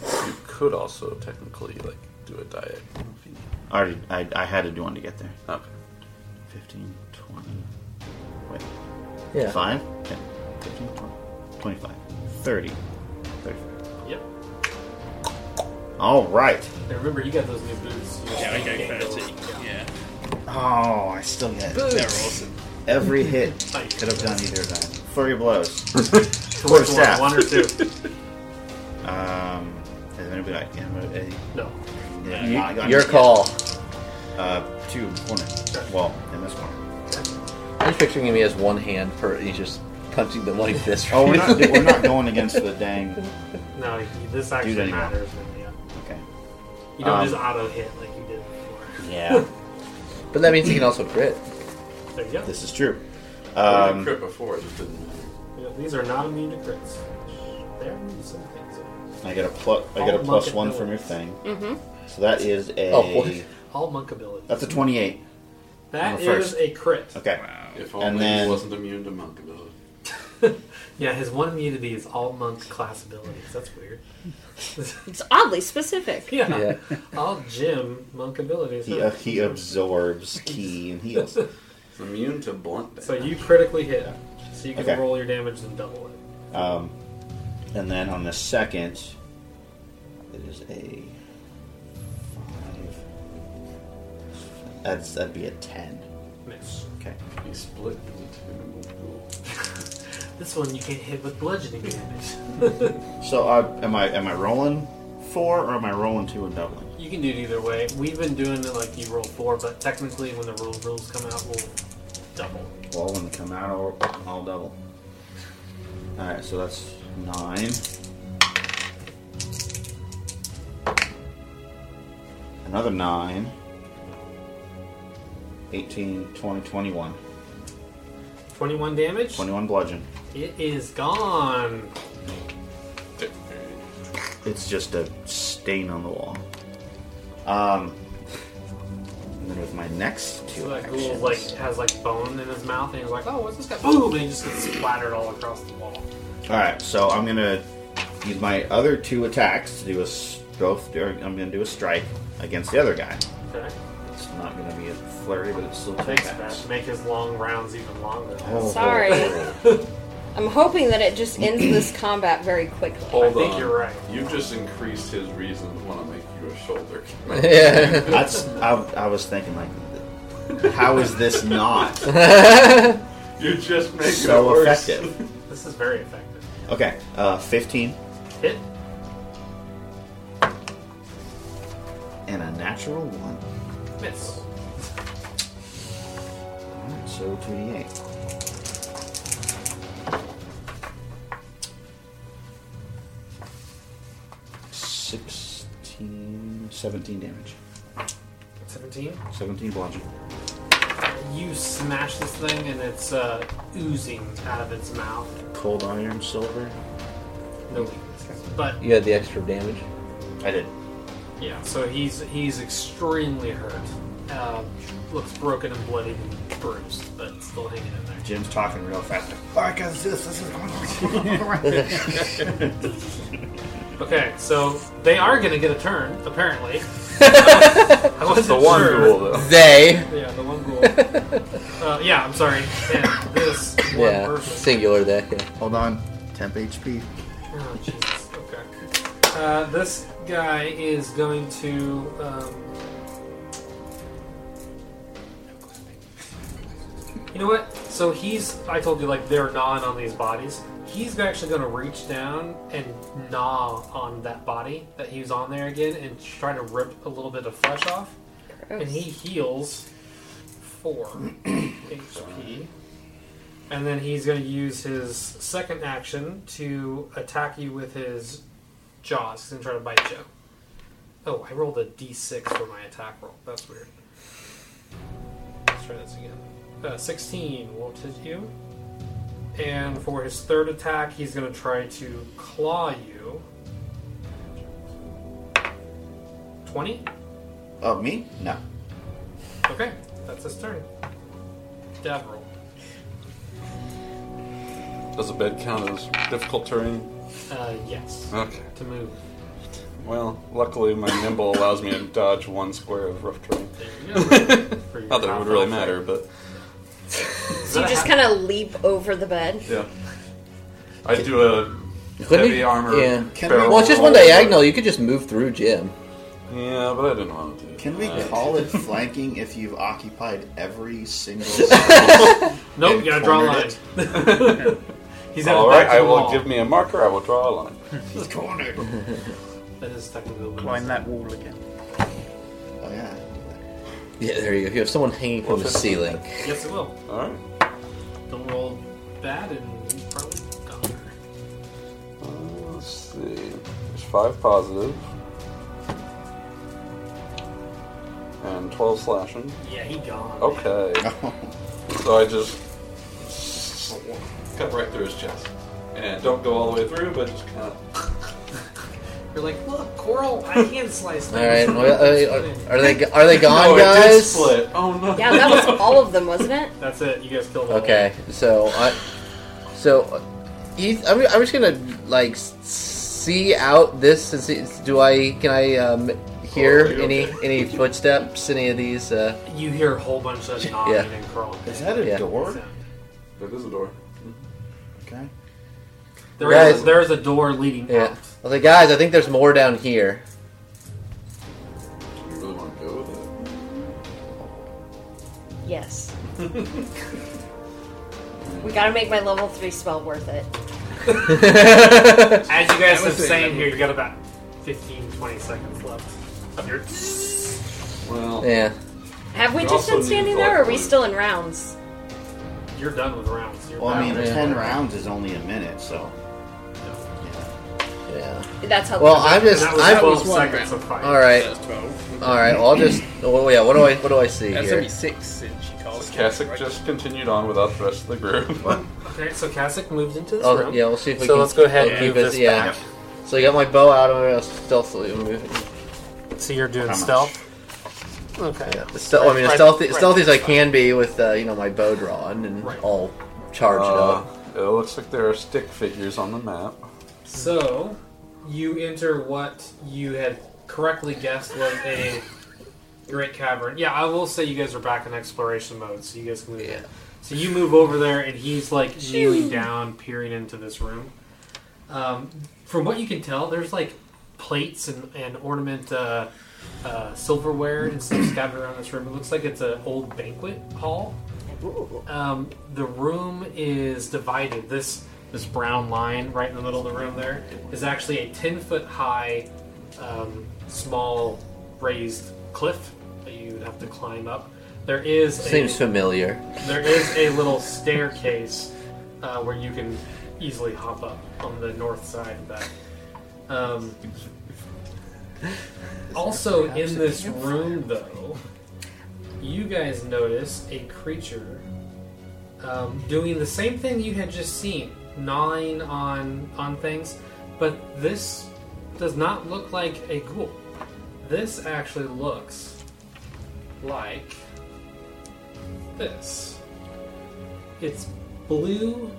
there.
You could also technically like do a diet.
I already I, I had to do one to get there.
Okay.
15, 20. Wait.
Yeah.
5, 10, 15, 20, 25, 30, 35.
Yep.
All right.
And remember, you got those new boots. You
Yeah, I go
gained those.
30. Yeah.
Oh, I still get it.
They're awesome.
every hit. Could have done either of that. Flurry of blows. First
one,
half.
one or two.
*laughs* Um, is anybody like yeah, but, uh,
No. Oh,
yeah,
You-
I got
your
it.
call.
Uh, two corner. Well, in this corner.
I'm picturing him he has one hand per. He's just punching them like this.
Oh, we're not,
repeatedly.
we're *laughs* not going against the dang.
No, he- this actually
anymore.
matters. man, yeah.
Okay.
You don't
Um,
just auto hit like you did before.
Yeah,
But that means he can also crit.
There you go.
this is true.
I did
Um,
crit before, it just didn't matter.
Yeah, These are not immune to crits. There are some things. that-
I get a plus. I get a plus one from your thing. So that is a.
Oh, boy.
All monk abilities.
That's a twenty-eight.
That
on the
is
first.
a crit.
Okay.
If only
then-
he wasn't immune to monk ability.
Yeah, his one immunity is all monk class abilities. That's weird. *laughs*
It's oddly specific.
Yeah.
Yeah.
*laughs* All gym monk abilities.
He,
huh?
uh, he absorbs key and heals.
It's immune to blunt damage.
So you critically hit, so you can
Okay.
roll your damage and double it.
Um, and then on the second, it is a five. That's that'd be a ten.
Miss.
Okay.
He split into two.
This one you can hit with bludgeoning damage. *laughs*
So I, am I am I rolling four or am I rolling two and doubling?
You can do it either way. We've been doing it like you roll four, but technically when the rule rules come out, we'll double.
Well, when they come out, I'll, I'll double. All right, so that's nine. Another nine. 18, 20, 21.
21 damage.
21 bludgeon.
It is gone.
It's just a stain on the wall. Um, and then with my
So
next two
that ghoul
actions,
like has like bone in his mouth, and he's like, "Oh, what's this guy?" Boom, and he just gets splattered all across the wall.
All right, so I'm gonna use my other two attacks to do a s- both. do- I'm gonna do a strike against the other guy.
Okay,
It's not gonna be a flurry, but it's still two
thanks, Beth.
attacks.
Make his long rounds even longer.
Oh,
Sorry.
oh,
I'm hoping that it just ends this *clears throat* combat very quickly.
Hold
I think
on.
you're right.
You've just increased his reason to want to make you a *laughs* shoulder.
Yeah.
oh. *laughs* That's I, I was thinking like, how is this not
you just make it
so
worse. *laughs*
effective?
This is very effective.
Okay, uh, 15
Hit.
and a natural one.
Miss.
All right, so 2d8. Sixteen, seventeen damage.
17.
17 bludgeon.
You smash this thing and it's uh, oozing out of its mouth.
Cold iron, silver.
No weaknesses. But
You had the extra damage.
I did.
yeah, so he's he's extremely hurt. Uh, looks broken and bloodied and bruised, but still hanging in there.
Jim's talking real fast.
Okay, so they are going to get a turn, apparently. I wasn't
The one
sure.
rule, though.
They.
Yeah, the one ghoul. *laughs* uh, yeah, I'm sorry. Man, this one
Yeah.
person.
Singular they. Yeah.
Hold on. Temp HP.
Oh, Jesus. Okay. Uh, this guy is going to. Um... You know what? So he's. I told you, like, they're gnawing on these bodies. He's actually going to reach down and gnaw on that body that he was on there again and try to rip a little bit of flesh off.
Gross.
And he heals four HP. And then he's going to use his second action to attack you with his jaws. He's going to try to bite you. Oh, I rolled a d6 for my attack roll. That's weird. Let's try this again. Uh, 16 will hit you. And for his third attack, he's going to try to claw you. 20?
Oh, me? No.
Okay, that's his turn. Devril.
Does a bed count as difficult terrain?
Uh, yes.
Okay.
To move.
Well, luckily my nimble allows me to dodge one square of rough terrain.
There you go. For
*laughs*
your
Not that it
half
would really
life.
matter, but
So you just kind of leap over the bed.
yeah. I do a
Couldn't
heavy
he-
armor.
yeah.
Can
barrel
we-
Well, it's just
roll.
one diagonal. You could just move through Jim.
Yeah, but I didn't want to do.
Can we
that.
call *laughs* it flanking if you've occupied every *laughs* single
Nope, you gotta draw a line.
Cornered
*laughs* He's at
All
the
right,
back
I
of the
will
wall.
give me a marker. I will draw a line.
He's cornered? Oh,
That is technically what it
Climb
is.
that wall again.
yeah. Oh,
Yeah, there you go. You have someone hanging from the
Well,
ceiling.
Yes, it will.
All right.
Don't roll bad, and he's probably done.
Uh, let's see. There's five positive. And 12 slashing.
Yeah, he gone.
Okay. so I just cut right through his chest. And don't go all the way through, but just kind of.
You're like, look, Coral, I hand sliced.
All
them."
right, well, uh, are, are they are they
no,
gone,
It did
guys?
split. Oh no.
Yeah, that was all of them, wasn't it?
That's it. You guys killed. all of
Okay, so I, so uh, Heath, I'm, I'm just gonna like s- see out this and see. Do I can I um, hear
Oh, are you
any
okay?
any footsteps? Any of these? Uh,
them. You hear a whole bunch of knocking
Yeah.
and crawling.
Is that a
Yeah.
door?
It is a door.
Okay.
There is
Guys.
there is a door leading
yeah.
out.
I was like, guys, I think there's more down
*laughs*
here. *laughs*
You really want to go with it?
*laughs* *laughs* Yes. we gotta make my level three spell worth it.
*laughs*
As you guys
I
have
was saying
saying
that
here, you got about 15, 20 seconds left of your.
Well,
yeah.
Have we
We
just
also
been standing
need
there, or are we
blackboard.
still in rounds?
You're done with rounds. You're
Well, I mean,
done.
Yeah.
ten rounds is only a minute, so.
Yeah.
That's how.
Well, I'm just.
that was
I'm.
12
was one
seconds
round.
of fight.
All right.
That's 12.
All right. Well, I'll just. Oh yeah. What do I? What do I see
That's
here?
only 6 in Chicago.
Kasich just continued on without the rest of the *laughs* group.
Okay, so Kasich moved into this
Oh
room.
yeah. We'll see if we
So
can.
let's go ahead and
keep
move
it-
this
yeah.
back.
So I got my bow out of it. I was stealthily moving.
So you're doing
How much?
stealth. Okay.
Yeah, as stealth- I mean, as
Right,
stealthy, as
right,
stealthy as I
right.
can be with uh, you know my bow drawn and
Right.
all charged
Uh,
up.
it looks like there are stick figures on the map.
So, you enter what you had correctly guessed was a great cavern. Yeah, I will say you guys are back in exploration mode, so you guys can move in.
Yeah.
So you move over there, and he's like kneeling down, peering into this room. Um, from what you can tell, there's like plates and, and ornament uh, uh, silverware and stuff scattered around this room. It looks like it's an old banquet hall. Um, the room is divided. This this brown line right in the middle of the room there is actually a ten foot high, um, small raised cliff that you would have to climb up. There is a,
Seems familiar.
there is a little staircase uh, where you can easily hop up on the north side of that. Um, also, in this room, though, you guys notice a creature um, doing the same thing you had just seen, gnawing on on things, but this does not look like a ghoul. This actually looks like this. It's blue,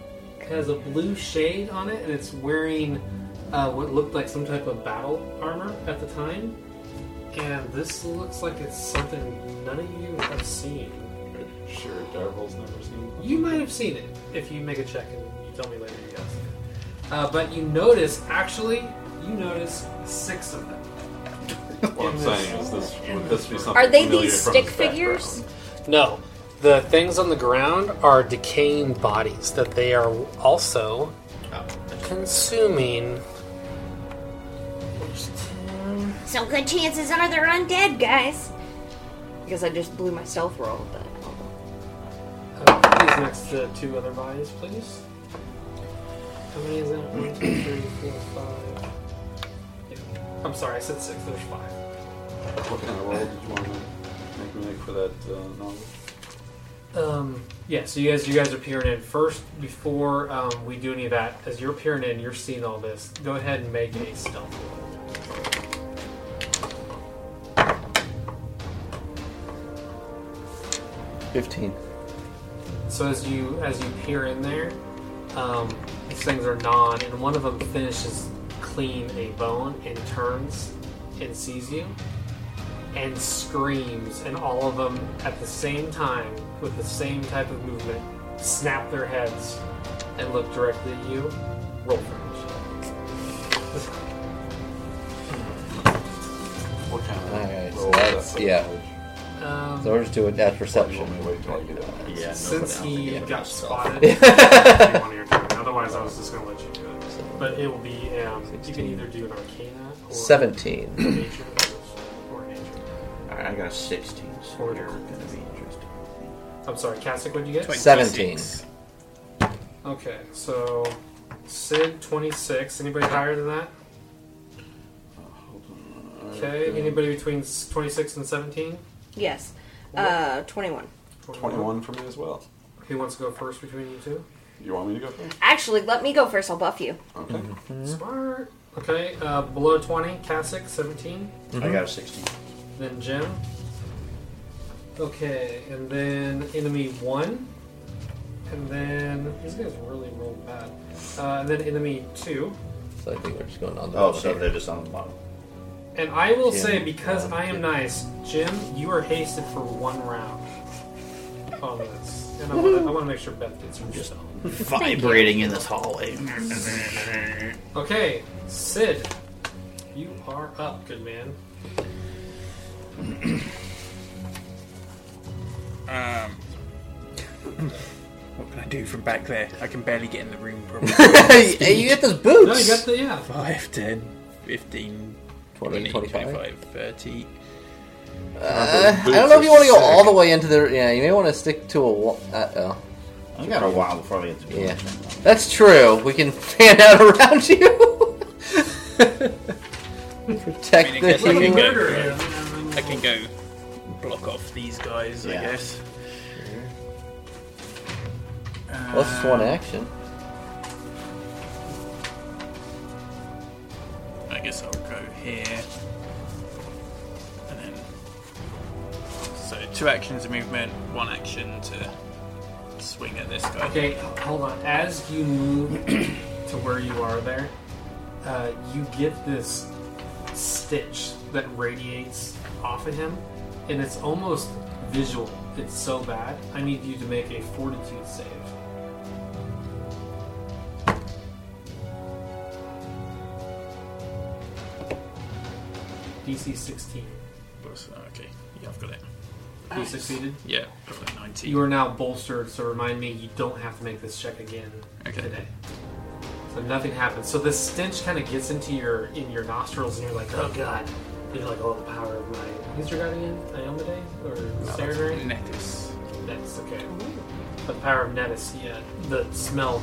has a blue shade on it, and it's wearing uh, what looked like some type of battle armor at the time. And this looks like it's something none of you have seen.
Sure, Darvel's never seen.
You might have seen it if you make a check and you tell me later you guys. Uh, but you notice, actually, you notice six of them.
What I'm
In this-
saying is, this would this be something?
Are they
familiar
these
from
stick
his background?
figures?
No. The things on the ground are decaying bodies that they are also consuming.
So good chances are they're undead, guys. Because I just blew my stealth roll, but
Uh, These next to two other bodies, please. How many is that? One, two, three, four, five. Yeah. I'm sorry, I said six. There's five.
What kind of role did you want to make me make for that uh, novel?
Um, yeah, so you guys, you guys are peering in first. Before um, we do any of that, as you're peering in, you're seeing all this. Go ahead and make a stealth roll.
Fifteen.
So as you as you peer in there, um, these things are gnawed, and one of them finishes clean a bone and turns and sees you and screams, and all of them at the same time with the same type of movement snap their heads and look directly at you. Roll for
What kind of
All right, so
role
that's-
is that?
yeah.
initiative. Um,
So we're just doing that
You
perception.
want me to wait till I get out?
Yeah.
since he got
*laughs*
spotted, you
yeah.
want your turn. Otherwise, I was just gonna let you do it. But it will be um, you can either do an Arcana or
Seventeen.
nature or nature.
Alright, I got a 16, so
Order.
you're going to be interested.
I'm sorry, Cassick, what'd you get?
26.
Seventeen.
Okay, so Sid twenty six. Anybody higher than that? Okay. Anybody between twenty six and seventeen?
Yes. Uh, 21.
21 for me as well.
Who wants to go first between you two?
You want me to go first?
Actually, let me go first. I'll buff you.
Okay.
Mm-hmm.
Smart. Okay. Uh, below twenty, Cassick seventeen.
I got a 16.
Then Jim. Okay, and then enemy one. And then these guys really rolled bad. Uh, and then enemy two.
So I think we're just going on the
Oh,
bottom
so
here.
they're just on the bottom.
And I will
Jim,
say, because
um,
I am nice, Jim, you are hasted for one round on this. And I want to I wanna make sure Beth gets herself.
Vibrating in this hallway.
Okay, Sid, you are up, good man.
Um, what can I do from back there? I can barely get in the room. Probably.
*laughs* Hey, you get those boots.
No, you got the, yeah.
5, 10, 15,
20,
20,
25.
25, 30.
Uh, I don't know if you want to go all the way into the. Yeah, you may want to stick to a wall. Uh oh.
I got a while before we get to
Yeah.
yeah.
That's true. We can fan out *laughs* around you.
I
Protect
mean, I
the
guess I can
team.
go.
Murder him. and
I
then-
can go block off these guys, I
Yeah.
guess.
Well, that's just one action.
I guess I'll go here. And then. So, two actions of movement, one action to swing at this guy.
Okay, hold on. As you move *clears throat* to where you are there, uh, you get this stitch that radiates off of him, and it's almost visual. It's so bad. I need you to make a fortitude save. DC 16.
uh, Okay, yeah, I've got it.
You succeeded.
Yeah, I've got it 19.
You are now bolstered, so remind me you don't have to make this check again
Okay.
today. So nothing happens. So this stench kind of gets into your in your nostrils, and you're like, oh god. And you're like, oh, the power of my. Who's your god again? Iomade or
Uh,
Saradary?
Netus.
Netis. Okay. The power of Netis. Yeah. The smell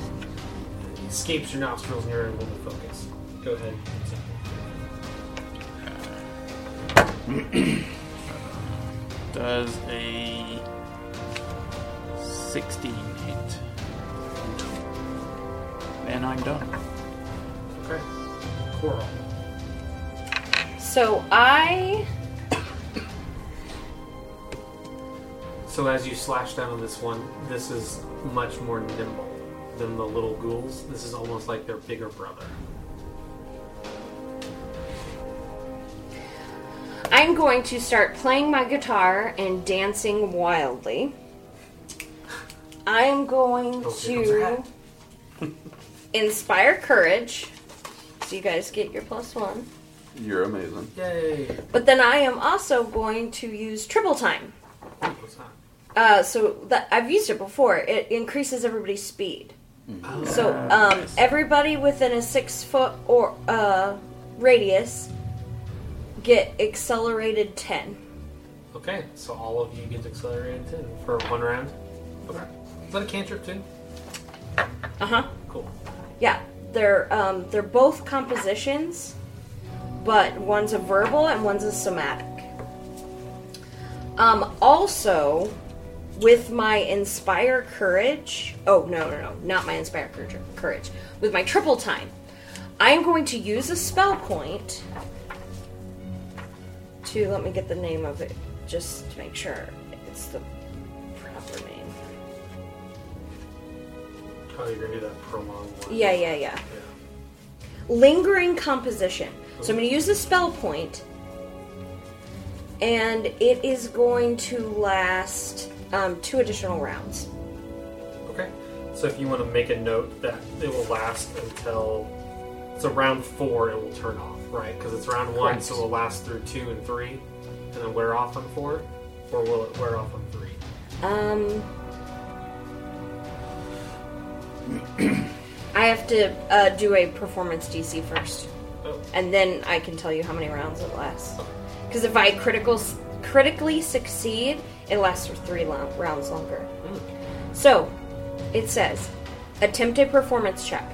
escapes your nostrils, and you're able to focus. Go ahead.
Does a 16 hit. Then I'm done.
Okay. Coral.
So I.
So as you slash down on this one, this is much more nimble than the little ghouls. This is almost like their bigger brother.
I'm going to start playing my guitar and dancing wildly. I'm going
Oh, here comes her
to
hat.
*laughs* inspire courage. So you guys get your plus one.
You're amazing.
Yay!
But then I am also going to use triple time.
What's that?
Uh, so that I've used it before. It increases everybody's speed.
Mm.
So
Ah,
um, everybody within a six foot or uh, radius get accelerated ten.
Okay, so all of you get accelerated ten for one round. Okay. Is that a cantrip too?
Uh huh.
Cool.
Yeah, they're um, they're both compositions, but one's a verbal and one's a somatic. Um, also, with my inspire courage. Oh no no no, not my inspire courage. Courage with my triple time. I am going to use a spell point to let me get the name of it just to make sure it's the proper name.
Oh, you're gonna do that prolonged one.
Yeah yeah
Yeah.
yeah. lingering composition. So I'm going to use a spell point, and it is going to last um, two additional rounds.
Okay. So if you want to make a note that it will last until so round four, it will turn off, right? Because it's round one, so it will last through two and three, and then wear off on four, or will it wear off on three?
Um, I have to uh, do a performance DC first,
Oh.
and then I can tell you how many rounds it lasts. Because if I critical critically succeed, it lasts for three lo- rounds longer. So, it says Attempt a performance check.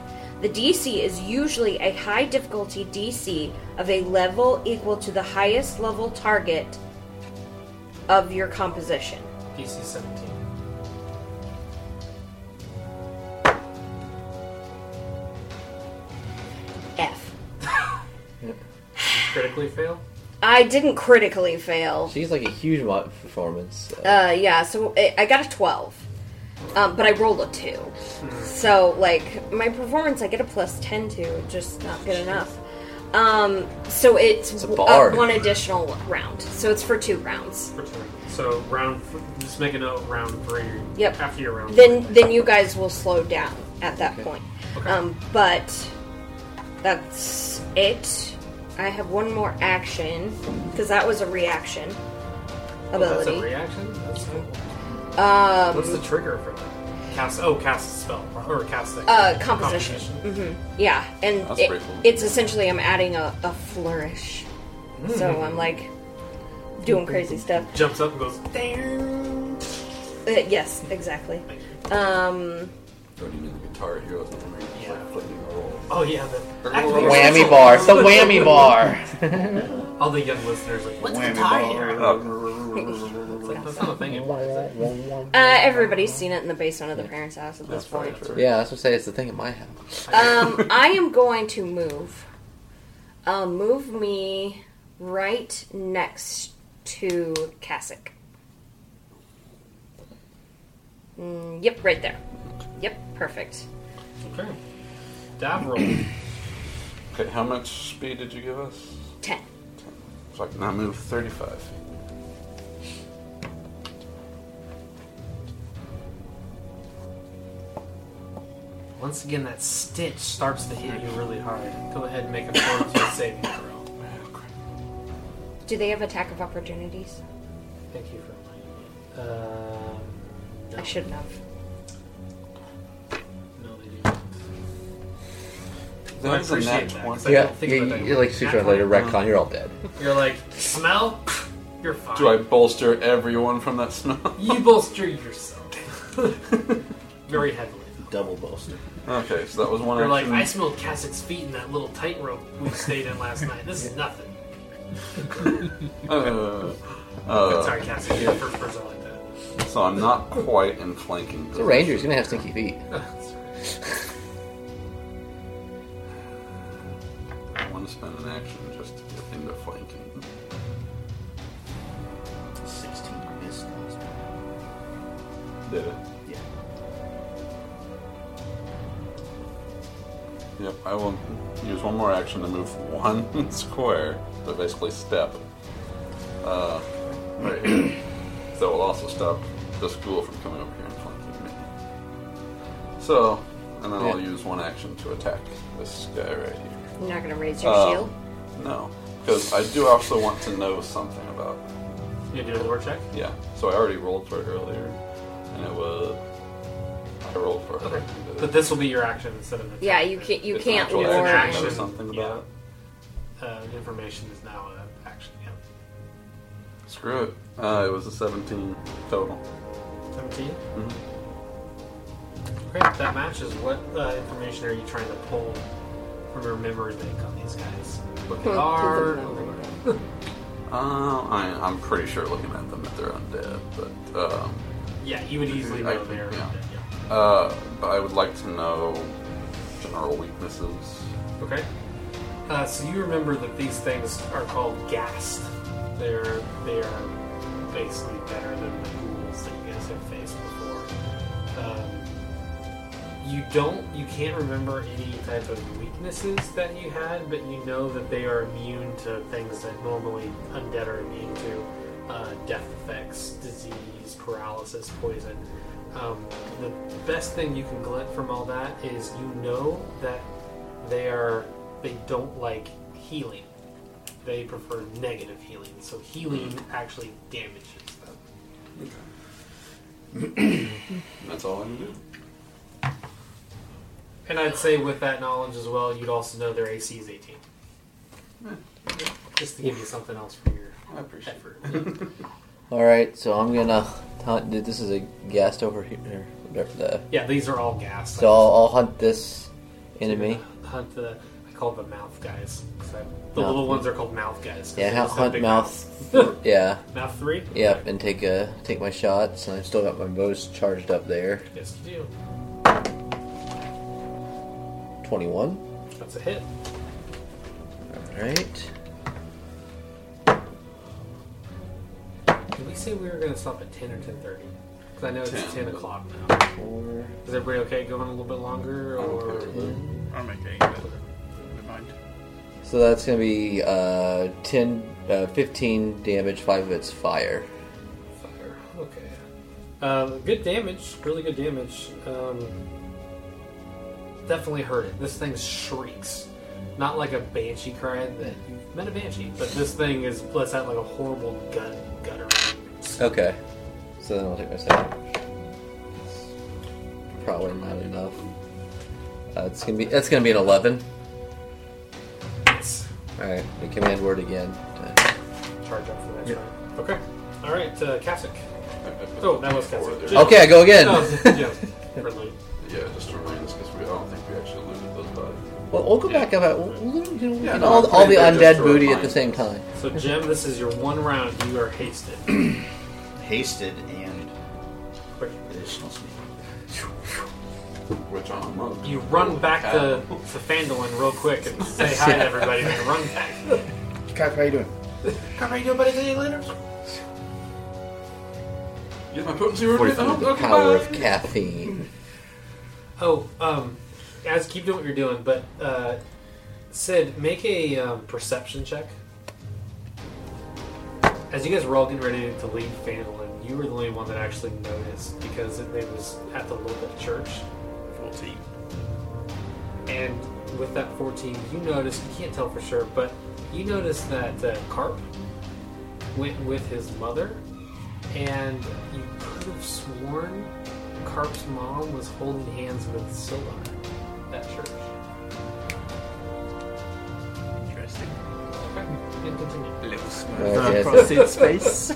The DC is usually a high difficulty DC of a level equal to the highest level target of your composition.
DC 17.
F.
Critically fail?
I didn't critically fail.
She's like a huge mo- performance. Uh,
Uh, yeah, so i I got a 12. Um, but I rolled a 2. So, like, my performance, I get a plus 10 to, just not good enough. Um, so it's,
It's a
w-
bar.
uh, one additional round. So it's for two rounds.
For two. So round, f- just make a note round three.
Yep.
After your round.
Then, then you guys will slow down at that point.
Okay.
Um, but that's it. I have one more action because that was a reaction
Oh, that's
ability.
a reaction. That's cool.
um,
What's the trigger for that? Cast. Oh, cast a spell or cast a
Uh, composition. hmm Yeah, and
That's
it-
pretty cool.
it's essentially I'm adding a, a flourish. So
Mm-hmm.
I'm like doing crazy stuff.
Jumps up and goes. Damn.
Uh, yes, exactly.
Thank you.
Um,
Don't you need the guitar heroes number? Just
Yeah.
like flicking a roll.
Oh yeah. The, activate
whammy
console.
bar. It's a whammy
*laughs*
*laughs* bar.
All the young listeners are like, what's
Whammy
the tie
bar.
here?
Oh.
It's like, that's not a thing anymore. is it?
*laughs* uh, everybody's seen it in the basement of the parents' house at this
That's
point.
probably true.
yeah, that's what I say. It's the thing in my house.
Um, I am going to move. Um, move me right next to Casic. Mm, yep, right there. Yep, perfect.
Okay. Dab roll.
Okay, how much speed did you give us?
Ten.
So I can now move 35 feet.
Once again, that stitch starts to hit you really hard. Go ahead and make a fortitude saving throw.
Do they have attack of opportunities?
Thank you for reminding me. Um, no.
I shouldn't have.
No, they do not.
That
I
was a nat
appreciate that,
20.
'cause I
Yeah,
don't think
yeah
about that
you, are like
anymore.
super later
Nat
retcon. You're all *laughs* dead.
20. You're like, smell? You're fine.
Do I bolster everyone from that smell?
You bolster yourself. *laughs* Very heavily.
Double bolster.
*laughs* okay, so that was one
You're like,
action.
I smelled Cassock's feet in that little tightrope we stayed in last night. This is nothing.
uh, uh,
Sorry, Cassock, you're the first person like that.
So I'm not quite in flanking.
The ranger's gonna have stinky feet.
I want to spend an action just to get into flanking.
16 missed.
Did it?
Yeah.
Yep, I will use one more action to move one *laughs* square, so basically step. Uh, right here. that will also stop the school from coming over here and flanking me. So, and then I'll
Yeah.
use one action to attack this guy right here.
You're not gonna raise your
Uh,
shield.
No, because I do also want to know something about.
You do a lore check?
Yeah, so I already rolled for it earlier, and it was I rolled for it.
Okay. But this will be your action instead of an attack.
Yeah, you can't. You
It's
can't
actual
It's an
lure.
action.
action.
Know something about it.
Uh, information is now an action. Yeah.
Screw it. Uh, it was a 17 total.
17?
Mhm.
Great, that matches. What uh, information are you trying to pull from your memory bank on these guys? What they
Hmm.
are?
Uh, I, I'm pretty sure looking at them that they're undead, but um,
Yeah, you would easily
I-
know they're
yeah.
undead, yeah.
uh, but I would like to know general weaknesses.
Okay. Uh, so you remember that these things are called ghast. They're they are basically better than the ghouls that you guys have faced before. Um, you don't you can't remember any type of weaknesses that you had, but you know that they are immune to things that normally undead are immune to. Uh, death effects, disease, paralysis, poison. Um, the best thing you can glint from all that is you know that they are they don't like healing. They prefer negative healing, so healing
Hmm.
actually damages them.
That's all I can do.
And I'd say with that knowledge as well, you'd also know their AC is 18. Just to give you something else for your
I appreciate
effort.
Well, All right, so I'm gonna hunt. dude, This is a ghast over here. or The,
Yeah, these are all gas.
so I'll, I'll hunt this enemy.
Hunt the. I call them the mouth guys. 'cause I- the
Mouth.
little ones are called mouth guys. 'cause
Yeah,
they
hunt,
just have
hunt
big
mouth.
mouths. *laughs*
yeah,
mouth three.
yeah, and take a take my shots. And I've still got my bows charged up there.
Yes, you do.
Twenty one.
That's a hit.
All right.
Did we say we were going to stop at ten or ten thirty? Because I know it's ten o'clock now.
Four.
Is everybody okay going a little bit longer, or
I'm okay. but Never mind.
So that's gonna be uh, 10, uh, 15 damage. Five of it's fire.
fire? Okay. Um, good damage. Really good damage. Um, definitely heard it. This thing shrieks. Not like a banshee cry that you've met a banshee, but this thing is lets out like a horrible gut gutter.
Okay. So then I'll take my second. Probably not enough. Uh, it's gonna be that's gonna be an eleven.
Yes.
All right, the command word again.
Charge up for the next round. Okay. All right, uh, Kasich. Oh, that was Kasich.
Or
Just-
Okay, I go again.
Oh, yeah. For loot.
Yeah, just to remind us because we I don't think we actually looted those bodies.
*laughs* well, we'll go back about we'll, we'll, you know,
Yeah, no,
all,
I'm
all the
pretty good
undead
just to
booty at
remind
the same
us.
time.
So, Jim, this is your one round. You are hasted.
Hasted and
Quick.
additional sneak.
Which on a monk.
You run back to, to Fandolin real quick and say hi to everybody, and then run back.
Cock, how you doing?
How are you doing, buddy? See you later.
Get my potency word.
Forty-five
Oh,
the
okay,
power
bye.
of caffeine.
Oh, um, guys, keep doing what you're doing, but uh, Sid, make a um, perception check. As you guys were all getting ready to leave Fandolin, you were the only one that actually noticed because it, it was at the local church.
14.
And with that 14, you notice, you can't tell for sure, but you notice that uh, Carp went with his mother, and you could have sworn Carp's mom was holding hands with Sildar at church.
Interesting.
Okay, and continue.
A little
Uh,
smirk.
yeah, so-
across
*laughs*
its space.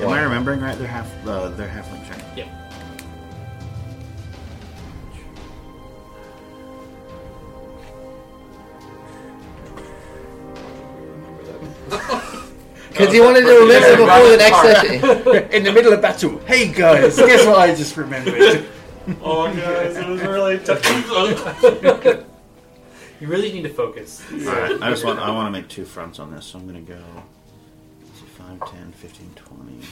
Am I remembering right? They're half. Uh, they're halflings, right? *laughs*
Yeah.
Because he wanted to remember before the next session.
In the middle of battle. Hey guys, guess what I just *laughs* remembered?
Oh, guys, it was really tough.
You really need to focus.
All right. I just want. I want to make two fronts on this, so I'm going to go. So 5, 10, 15, 20,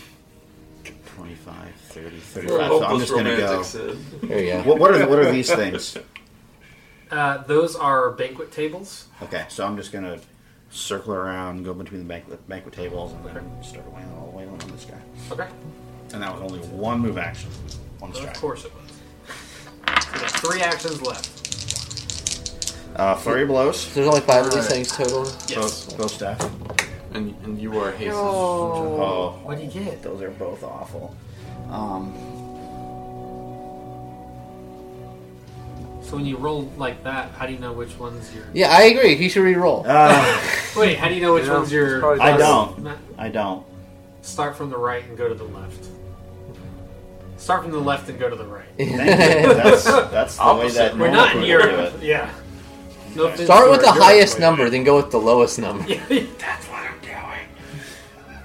25, 30, 35. So I'm
Hopeless
just going to
romantic,
go.
Sid.
There you go.
What, what are what are these things?
Uh, those are banquet tables.
Okay, so I'm just going to circle around, go between the banquet, banquet tables, and then start wailing all wailing on this guy.
Okay.
And that was only one move action, one
Of
strike.
course it was. So there's three actions left.
Uh, flurry of blows.
There's only five of these things total.
Yes.
Both, both staff.
And, and you are hasted.
Oh,
What do you get?
Those are both awful. Um,
So when you roll like that, how do you know which one's your?
Yeah, I agree. He should re-roll. *laughs*
uh,
Wait, how do you know which
Yeah,
one's your?
probably
I don't.
Ma-
I don't.
Start from the right and go to the left. Start from the left and go to the right.
*laughs*
Thank you. *laughs* That's, that's the way that
Opposite.
We're
normal
not in
people do
Europe.
it.
Yeah. No offense,
Start with the
Europe.
highest number, then go with the lowest number.
That's what I'm doing.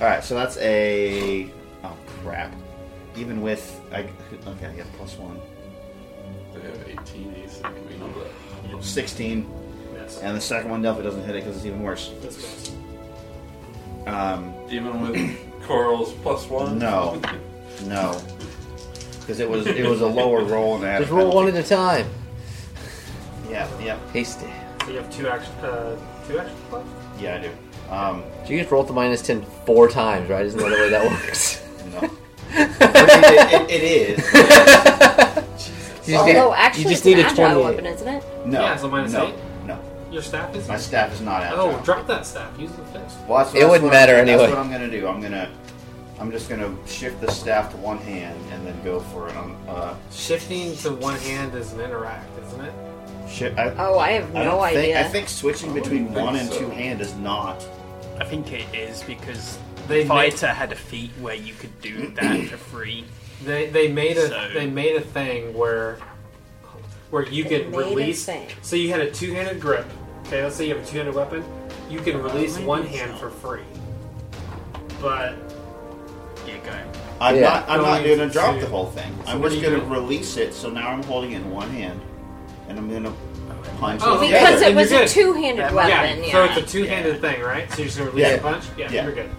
All right, so that's a oh crap. Even with I okay, yeah, plus one.
Uh,
They have 18 AC. We know that.
16,
*laughs* Yes.
and the second one definitely doesn't hit it because it's even worse.
This goes.
Um,
Even with Coral's plus one?
No. no, because it was it was a lower roll and I had
Just
a
roll one
penalty.
at a time.
Yeah, yeah,
Hasty.
So you have two action. Uh, two action left.
yeah, I do. Um,
So you just roll the minus 10 four times, right? Isn't that the way that *laughs* works?
no.
*laughs*
it, it,
*laughs*
it is
You just need-
Oh, actually,
you just
it's
need
an
a
agile
28.
weapon, isn't it?
no.
Yeah, so minus
no,
eight?
No,
Your staff is.
my staff is not out.
Oh, drop that staff. Use the fist.
Well, that's,
It
that's
wouldn't
what I'm-
matter anyway.
That's what I'm gonna do. I'm gonna, I'm just gonna shift the staff to one hand and then go for it on. Uh,
Shifting to one hand is an interact, isn't it?
shi I,
Oh, I have
I
no
don't think-
idea.
I think switching between
think
one and
so.
two hand is not.
I think it is because
They
the fighter had a feat where you could do that for free.
They they made a
So-
they made a thing where where you
They
could
made a
release.
thing.
So you had a two handed grip. Okay, let's say you have a two handed weapon. You can release one hand for free. But
Yeah, go.
I'm
Yeah.
not. I'm not
Going
going to drop
to-
the whole thing.
so
I'm
what
just
do you
going to release it. So now I'm holding it in one hand, and I'm going to punch.
Oh,
it
Because
Yeah,
it
and
was
you're
a
good.
two handed weapon,
yeah,
yeah.
so it's a two handed thing, right? So you're just gonna release
Yeah.
a punch. Yeah,
Yeah.
you're good.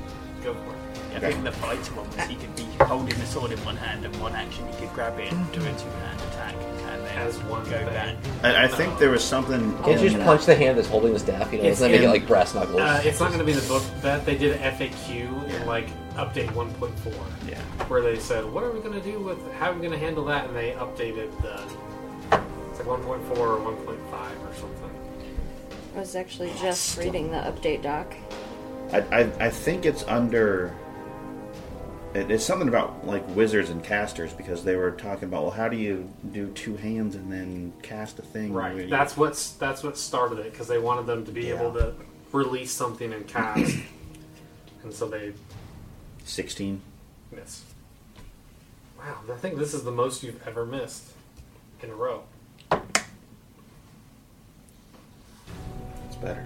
Go for it.
I think the fighter one was you could be holding the sword in one hand and one action you could grab it and do a two hand attack and then
As one
go
thing.
back.
I, I think there was something.
Can't you
in
just
that.
punch the hand that's holding the staff? You know,
It's
let's not make
in-
it like brass knuckles.
Uh, it's not gonna be in the book that they did a FAQ in like update 1.4
Yeah.
where they said what are we gonna do with how are we gonna handle that and they updated the it's like 1.4 or 1.5 or something.
I was actually just reading the update doc.
I, I, I think it's under. It, it's something about like wizards and casters because they were talking about well, how do you do two hands and then cast a thing? where
Right.
you-
That's what's that's what started it because they wanted them to be
Yeah.
able to release something and
*clears throat*
cast, and so they
sixteen.
miss. Wow, I think this is the most you've ever missed in a row.
It's better.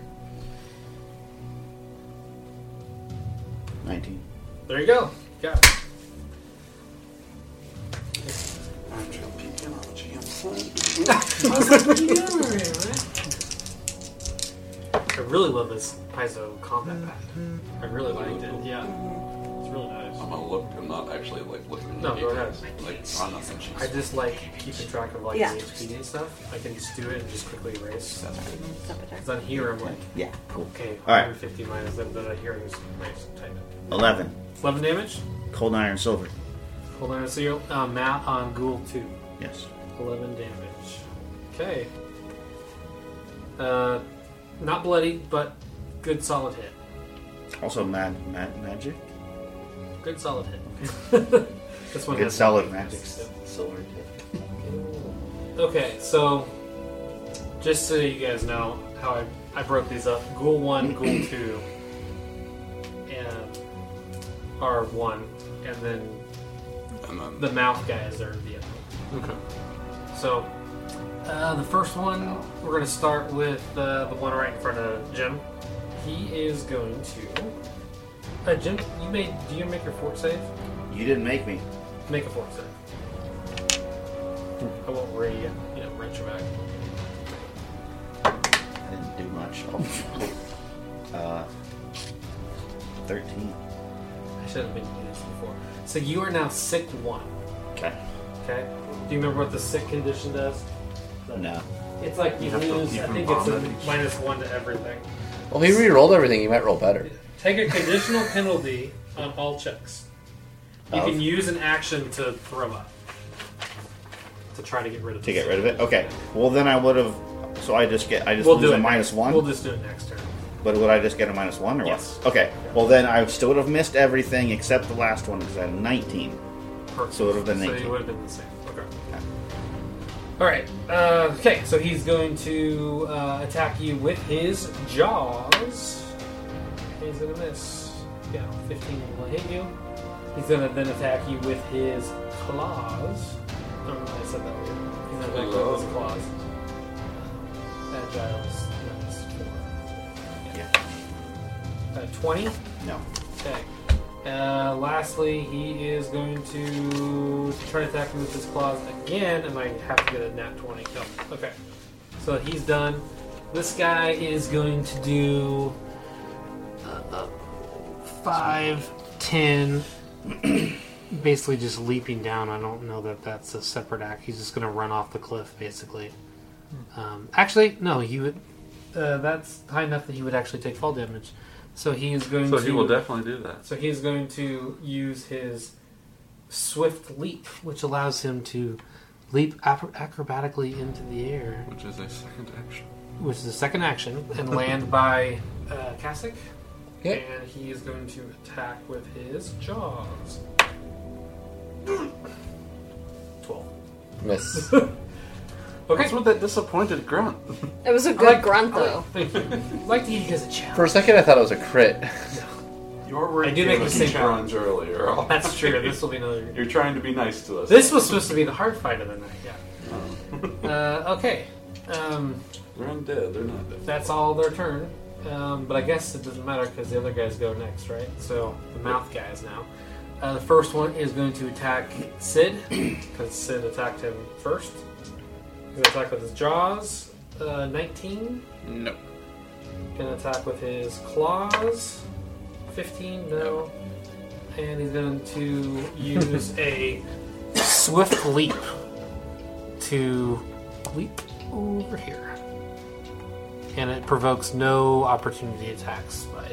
Nineteen.
There you go. Got it.
Actual penology, I'm sorry.
I really love this piezo combat pack. I really liked it. Yeah, it's really nice.
I'm gonna look. I'm not actually like looking.
No,
at
go
you
ahead.
guys, Like on nothing.
I just like keeping track of like
Yeah.
the HP and stuff. I can just do it and just quickly erase.
It's up there.
Because on here I'm like,
Yeah. Cool.
okay,
All right.
150 minus that, but I hear it was nice and tight.
Eleven.
11 damage.
Cold iron silver.
Hold on, so you're uh, Matt on Ghoul 2.
Yes.
11 damage. Okay. Uh, not bloody, but good solid hit.
Also mad, mad magic.
Good solid hit. *laughs* this one
Good
has
solid
nothing.
magic. Silver.
Okay, so just so you guys know how I, I broke these up Ghoul 1, Ghoul 2, and are 1, and then
And then
the mouth guys are the other one. So, uh, the first one, we're going to start with uh, the one right in front of Jim. He is going to. Uh, Jim, you made. Do you make your fort save?
You didn't make me.
Make a fort save.
Hmm.
I won't re, you know, wrench you back.
I didn't do much. *laughs* uh, thirteen.
I should have been doing this before. So you are now sick one.
Okay.
Okay. Do you remember what the sick condition does?
No.
It's like you,
You have to-
lose.
you
I
can
think it's a
vomit.
minus one to everything.
well, he re-rolled everything. He might roll better.
Take a
*laughs*
conditional penalty on all checks. You
Of?
can use an action to throw up. To try to get rid of
To
this.
get rid of it? Okay. Well, then I would have. So I just get. I just
We'll
lose
do
a
it
minus
next-
one?
We'll just do it next turn.
But would I just get a minus one or
Yes.
what? Okay. Well, then I still would have missed everything except the last one because I had a 19.
Perfect.
So it would've been
So
19.
it would have been the same. Okay.
Okay.
All right. Uh, okay. So he's going to uh, attack you with his jaws. He's gonna miss. Yeah, 15 will hit you. He's gonna then attack you with his claws. I don't know why I said that weird. He's gonna attack you with his claws. Agile's minus four.
Yeah.
Uh, 20.
No.
Okay. Uh, lastly, he is going to try to attack me with his claws again, and I have to get a nat 20. No. Okay. So he's done. This guy is going to do uh, uh, 5, 10, *clears throat* basically just leaping down. I don't know that that's a separate act. He's just going to run off the cliff, basically. Um, actually, no, he would. Uh, that's high enough that he would actually take fall damage. So he is going
so
to.
he will definitely do that.
So he's going to use his swift leap, which allows him to leap ap- acrobatically into the air,
Which is a second action.
which is the second action, and land by uh, Kasich.
Yeah.
And he is going to attack with his jaws. 12.
Miss.
Okay.
What's with that disappointed grunt?
It was a good
like-
grunt though.
Thank you. I like to eat you guys a challenge.
For a second, I thought it was a crit.
You were worried
I did make
us
the
a
same
challenge earlier.
That's true. This will be another.
You're trying to be nice to us.
This was supposed to be the hard fight of the night. Yeah. Uh, okay. Um,
They're undead. They're not dead.
that's all their turn. Um, but I guess it doesn't matter because the other guys go next, right? So the mouth guys now. Uh, the first one is going to attack Sid because Sid attacked him first. He's gonna attack with his jaws. Uh, 19.
No.
Gonna attack with his claws. 15, no. And he's going to use a swift leap to leap over here. And it provokes no opportunity attacks by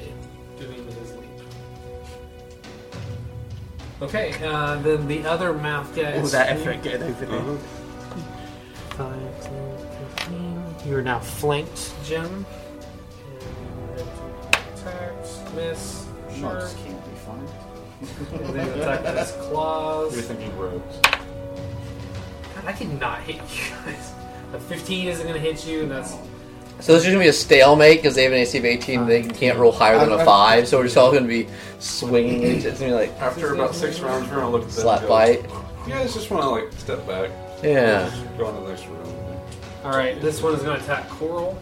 doing his leap. Okay, uh, then the other mouth guy.
Oh,
is
that
flanked.
effort getting over there.
Five, 10, 15. You are now flanked, Jim. And attacks, miss, sharp.
Sharks can't be fun.
And then attack with his claws.
You're thinking rogues.
God, I cannot hit you guys. A 15 isn't going to hit you, and that's.
So this is gonna be a stalemate because they have an AC of 18.
Uh,
They can't roll higher than
I'm-
a
I'm-
five, so we're just all gonna be swinging. It's gonna be like,
After about six rounds, we're gonna look at that.
Slap
and go,
bite.
You guys just want to like step back.
yeah.
Just Go on to the next room.
Alright, this one is going to attack Coral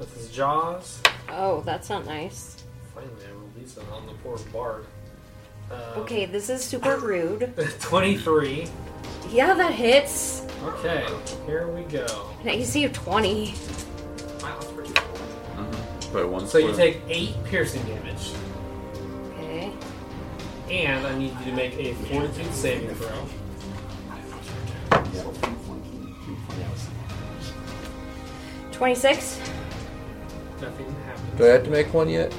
with his jaws.
Oh, that's not nice.
Finally, I release it on the poor bard. Um, *laughs*
Okay, this is super rude.
23.
Yeah, that hits.
Okay, here we go.
An AC of 20.
Wow, that's pretty cool.
By one.
So you
square.
take 8 piercing damage.
Okay.
And I need you to make a fortitude saving throw.
Yeah.
26?
Nothing
Do I
happens.
have to make one yet?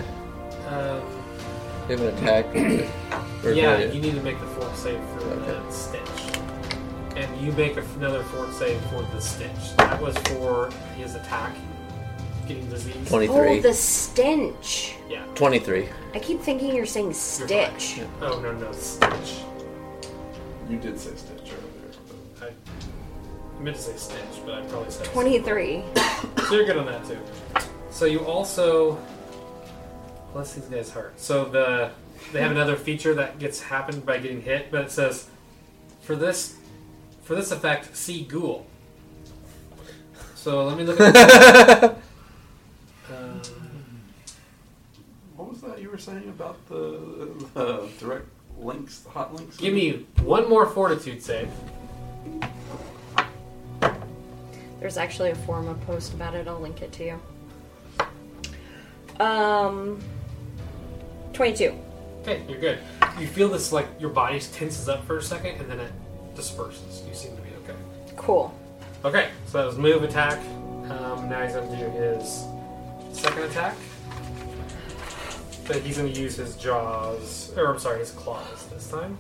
Um,
They have an
*clears throat*
attack. Or
yeah,
not yet?
you need to make the fort save for the stitch. And you make another fort save for the stitch. That was for his attack, getting disease.
Oh,
23.
the stench.
Yeah. *laughs*
23.
I keep thinking you're saying stitch.
Oh, no, no, stitch.
You did say stitch earlier. but-
I meant to say stitch, but I probably said
23.
So you're good on that too. So you also bless these guys' heart. So the they have another feature that gets happened by getting hit, but it says for this for this effect, see ghoul. So let me look at um,
What was that you were saying about the, the direct links, the hot links?
Give me one more fortitude save.
There's actually a forum I post about it. I'll link it to you. Um, 22.
Okay, you're good. You feel this like your body tenses up for a second and then it disperses. You seem to be okay.
Cool.
Okay, so that was move attack. Um, now he's going to do his second attack. But he's going to use his jaws, or I'm sorry, his claws this time.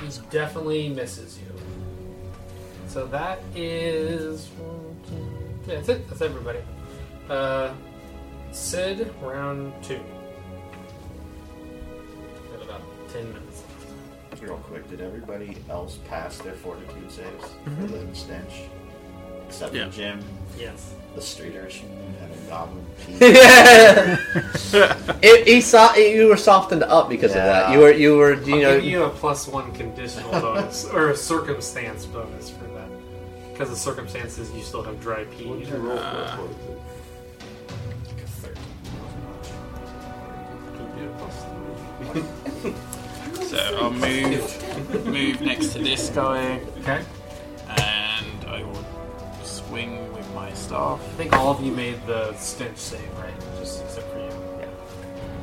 He definitely misses you. So that is. yeah, that's it. That's everybody. Uh, Sid, round two. Got about 10 minutes left.
*laughs* Real quick, did everybody else pass their fortitude saves for the stench? Except
Yeah.
for Jim,
Yes.
the streeters, and the *laughs* goblin.
Yeah. it, he saw it, you were softened up because of that.
Yeah.
You were you were you
I'll
know
give you a plus one conditional
*laughs*
bonus or a circumstance bonus for that. Because the circumstances, you still have dry pee.
What did you roll for?
So I'll move move next to this guy,
Okay.
and I will swing with my staff.
I think all of you made the stench save, right? Just except for you. Yeah.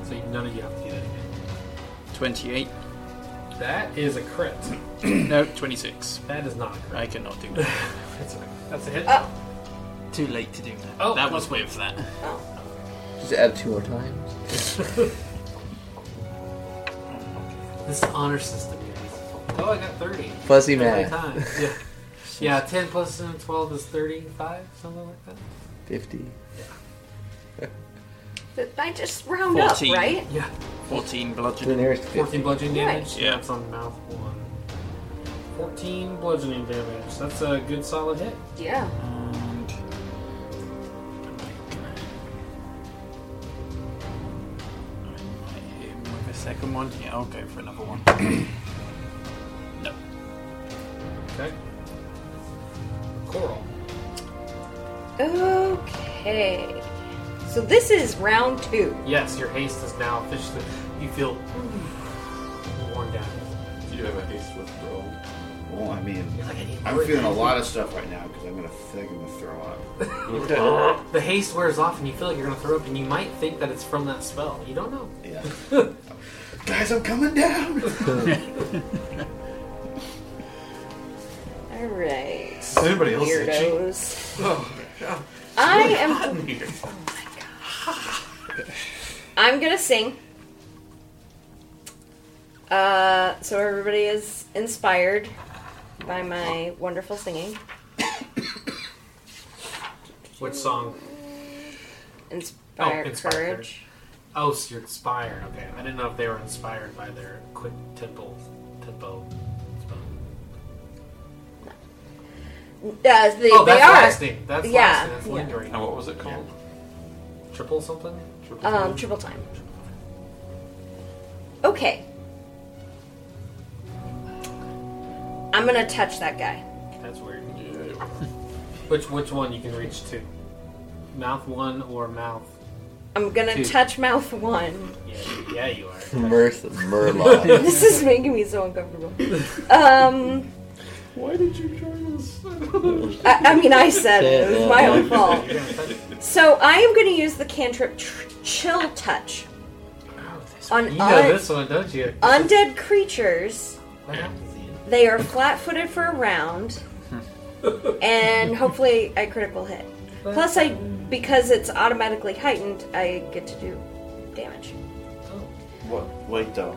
So you- none of you have to do that again.
*clears throat* Twenty-eight.
That is a crit.
No, twenty-six.
That is not a crit.
I cannot do that.
*laughs* That's a, that's a hit.
Oh.
Too late to do that.
Oh.
that was with that.
just add two more times.
This honor system here. Oh, I got 30.
Fuzzy
Every
math.
time. *laughs* Yeah. yeah, 10 plus 12 is 35, something like that.
Fifty.
But I just round
14.
up, right?
Yeah.
Fourteen
To the
bludgeoning.
nearest
14
fifty.
bludgeoning
Right.
damage.
Yeah.
That's on mouth one. 14 bludgeoning damage. That's a good solid hit.
Yeah.
And. I might hit him with a second one. Yeah, I'll go for another one. no.
Okay. Coral.
Okay. So this is round two.
Yes, your haste is now officially. You feel worn down.
Do you have a haste withdrawal?
Well, I mean,
You're like, I need
I'm
more
feeling a
energy.
lot of stuff right now because I'm gonna think I'm gonna throw up.
The haste wears off, and you feel like you're gonna throw up, and you might think that it's from that spell. You don't know.
Yeah. *laughs* Guys, I'm coming down.
All right.
Anybody else itchy?
Weirdos.
Oh,
I am. *laughs* I'm gonna sing. Uh, so everybody is inspired by my wonderful singing.
Oh, Which song?
Inspired,
inspired
courage. Uh,
Oh, so you're inspired. Okay, I didn't know if they were inspired by their quick tempo, tempo spell.
Uh, they,
oh,
they
that's
are.
lasting. That's
Yeah,
lasting. That's
yeah.
lingering.
And what was it called?
Triple something.
Triple
Um, triple time. Okay. I'm gonna touch that guy.
That's weird.
Yeah, you are.
*laughs* Which which one you can reach to? Mouth one or mouth?
I'm gonna
Dude.
touch mouth one.
Yeah, yeah, you
*laughs*
are.
Mirth,
*laughs*
Murloc.
This is making me so uncomfortable. Um,
Why did you join us? *laughs*
I, I mean, I said it. It was my own fault.
You're gonna touch it.
So I am gonna use the cantrip tr- chill touch on
You
un-
know Oh, this one, don't you?
undead creatures.
What happens to you?
They are flat-footed for a round, and hopefully I critical hit. Plus, I because it's automatically heightened, I get to do damage.
Oh,
what? Wait, though.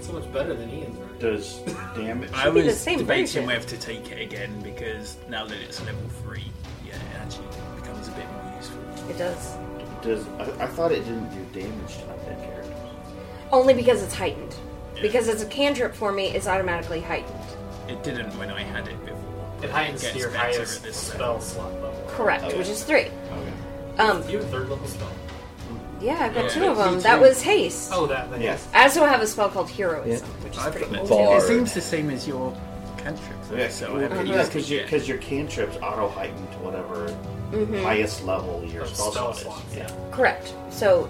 so much better than Ian's. Right?
*laughs* Does damage?
I
be the
was
same
debating
version.
whether to take it again because now that it's level three, yeah, it actually becomes a bit more useful.
It does
Does I, I thought it didn't do damage to undead characters.
only because it's heightened. Because it's a cantrip for me, it's automatically heightened.
It didn't when I had it before.
It heightens
gets
to your
better
highest
at this
spell slot level.
Correct,
Okay.
which is three.
Okay.
Um,
You have a third level spell.
yeah, I've got
Yeah,
two of
me
them. That
too.
was haste.
Oh, that. that
Yes.
I also have a spell called heroism, which is
I've
pretty
got
cool.
it.
Bard.
It seems the same as your cantrip. though,
Yeah,
so I haven't
because
used it
your,
yet.
'cause your cantrips auto heighten to whatever highest level your
Of
spell,
spell
slot
slots,
is. Yeah.
Correct. So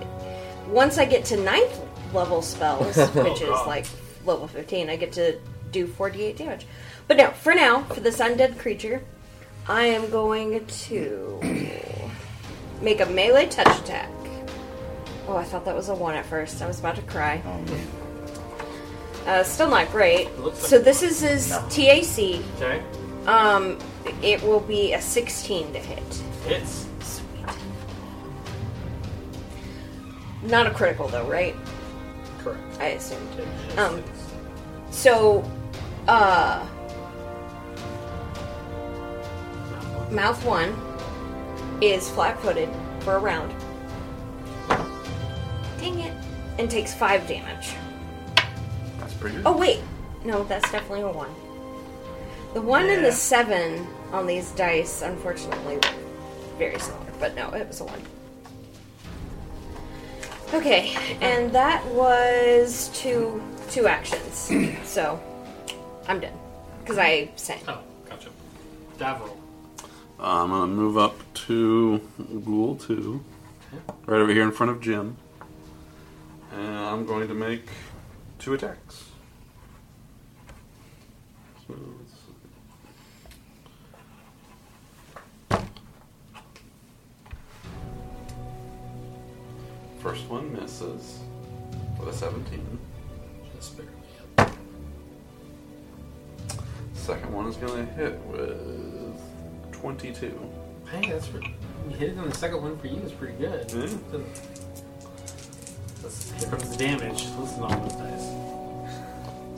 once I get to ninth level spells, which
Oh,
is
God.
like level 15, I get to do 48 damage. But no, for now, for this undead creature, I am going to make a melee touch attack. Oh, I thought that was a one at first. I was about to cry.
Oh man. *laughs*
Uh, still not great.
looks like-
So this is his TAC.
Okay.
Um, it will be a 16 to hit.
Hits.
Not a critical though, right?
Correct.
I assumed.
It just
Um,
hits.
So, uh, mouth one is flat footed for a round. Dang it. And takes five damage.
That's pretty good.
Oh, wait. No, that's definitely a one. The one and the
Yeah.
seven on these dice, unfortunately, were very similar. But no, it was a one. Okay, and that was two two actions. so I'm done because I sang.
Oh, gotcha. Davril.
Uh, I'm gonna move up to Ghoul 2, right over here in front of Jim. And I'm going to make two attacks. So let's see. First one misses with a 17.
Just barely.
Second one is gonna hit with 22.
Hey, that's pretty. You hit it on the second one for you is pretty good.
Yeah.
That's- Here comes the damage. Listen to all those dice.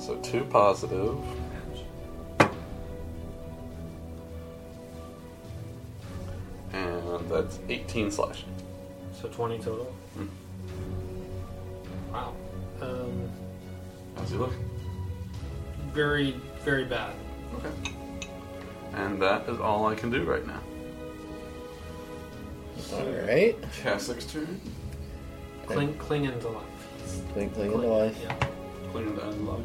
So two positive. And that's 18 slashing.
So 20 total.
Hmm.
Wow. Um,
How's he look?
very, very bad.
Okay. And that is all I can do right now.
All right.
Cassock's turn.
Cling, clinging to life.
Cling, cling into life.
Yeah.
Cleaning the end life.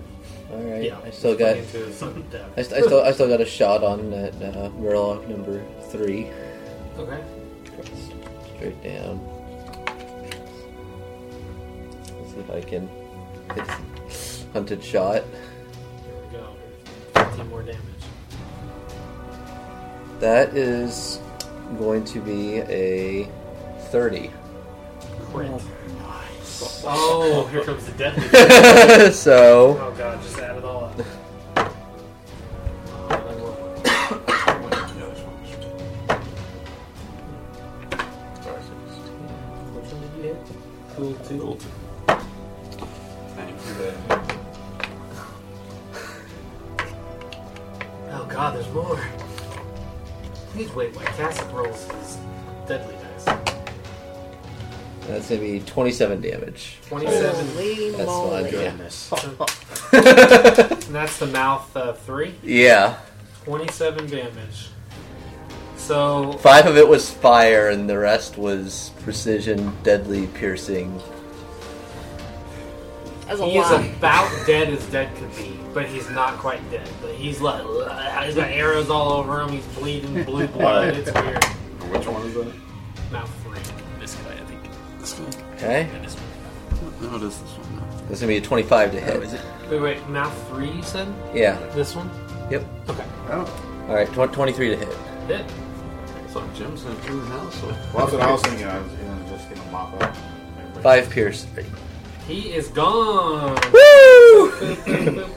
All right.
yeah.
I still got.
Clinging to his death.
I, st- I still. I still got a shot on that uh, Murloc number three.
Okay.
Straight down. Let's see if I can. It's hunted
Here
shot.
we go. 15 more damage.
That is going to be a thirty. *laughs*
Crit. nice. Oh, here comes the deadly.
*laughs* so
Oh god, just add it all up. Oh, Which one did you hit? Cool two.
Thank you, babe.
Oh god, there's more. Please wait, my cassette rolls his deadly dice.
that's gonna be twenty-seven damage. *laughs*
27.
Holy
That's
moly.
fine.
Goodness.
And that's the mouth uh, three.
Yeah.
27 damage. So,
Five of it was fire, and the rest was precision, deadly, piercing.
That's a
he is
lot.
about dead as dead could be, but he's not quite dead. But he's like, he's got arrows all over him, he's bleeding blue blood. It's weird.
Which one is that?
Mouth three.
This guy, I think.
This one.
Okay,
Yeah, this one.
No, it is this one. No.
that's gonna be a twenty-five to hit.
Wait, wait, mouth three, you said?
Yeah.
This one?
Yep.
Okay.
All right, tw- twenty-three to hit.
Hit.
So Jim's in the house. So
Well, that's what I was thinking. I was, you know, just gonna mop up.
Five pierce.
He is gone.
Woo!
Out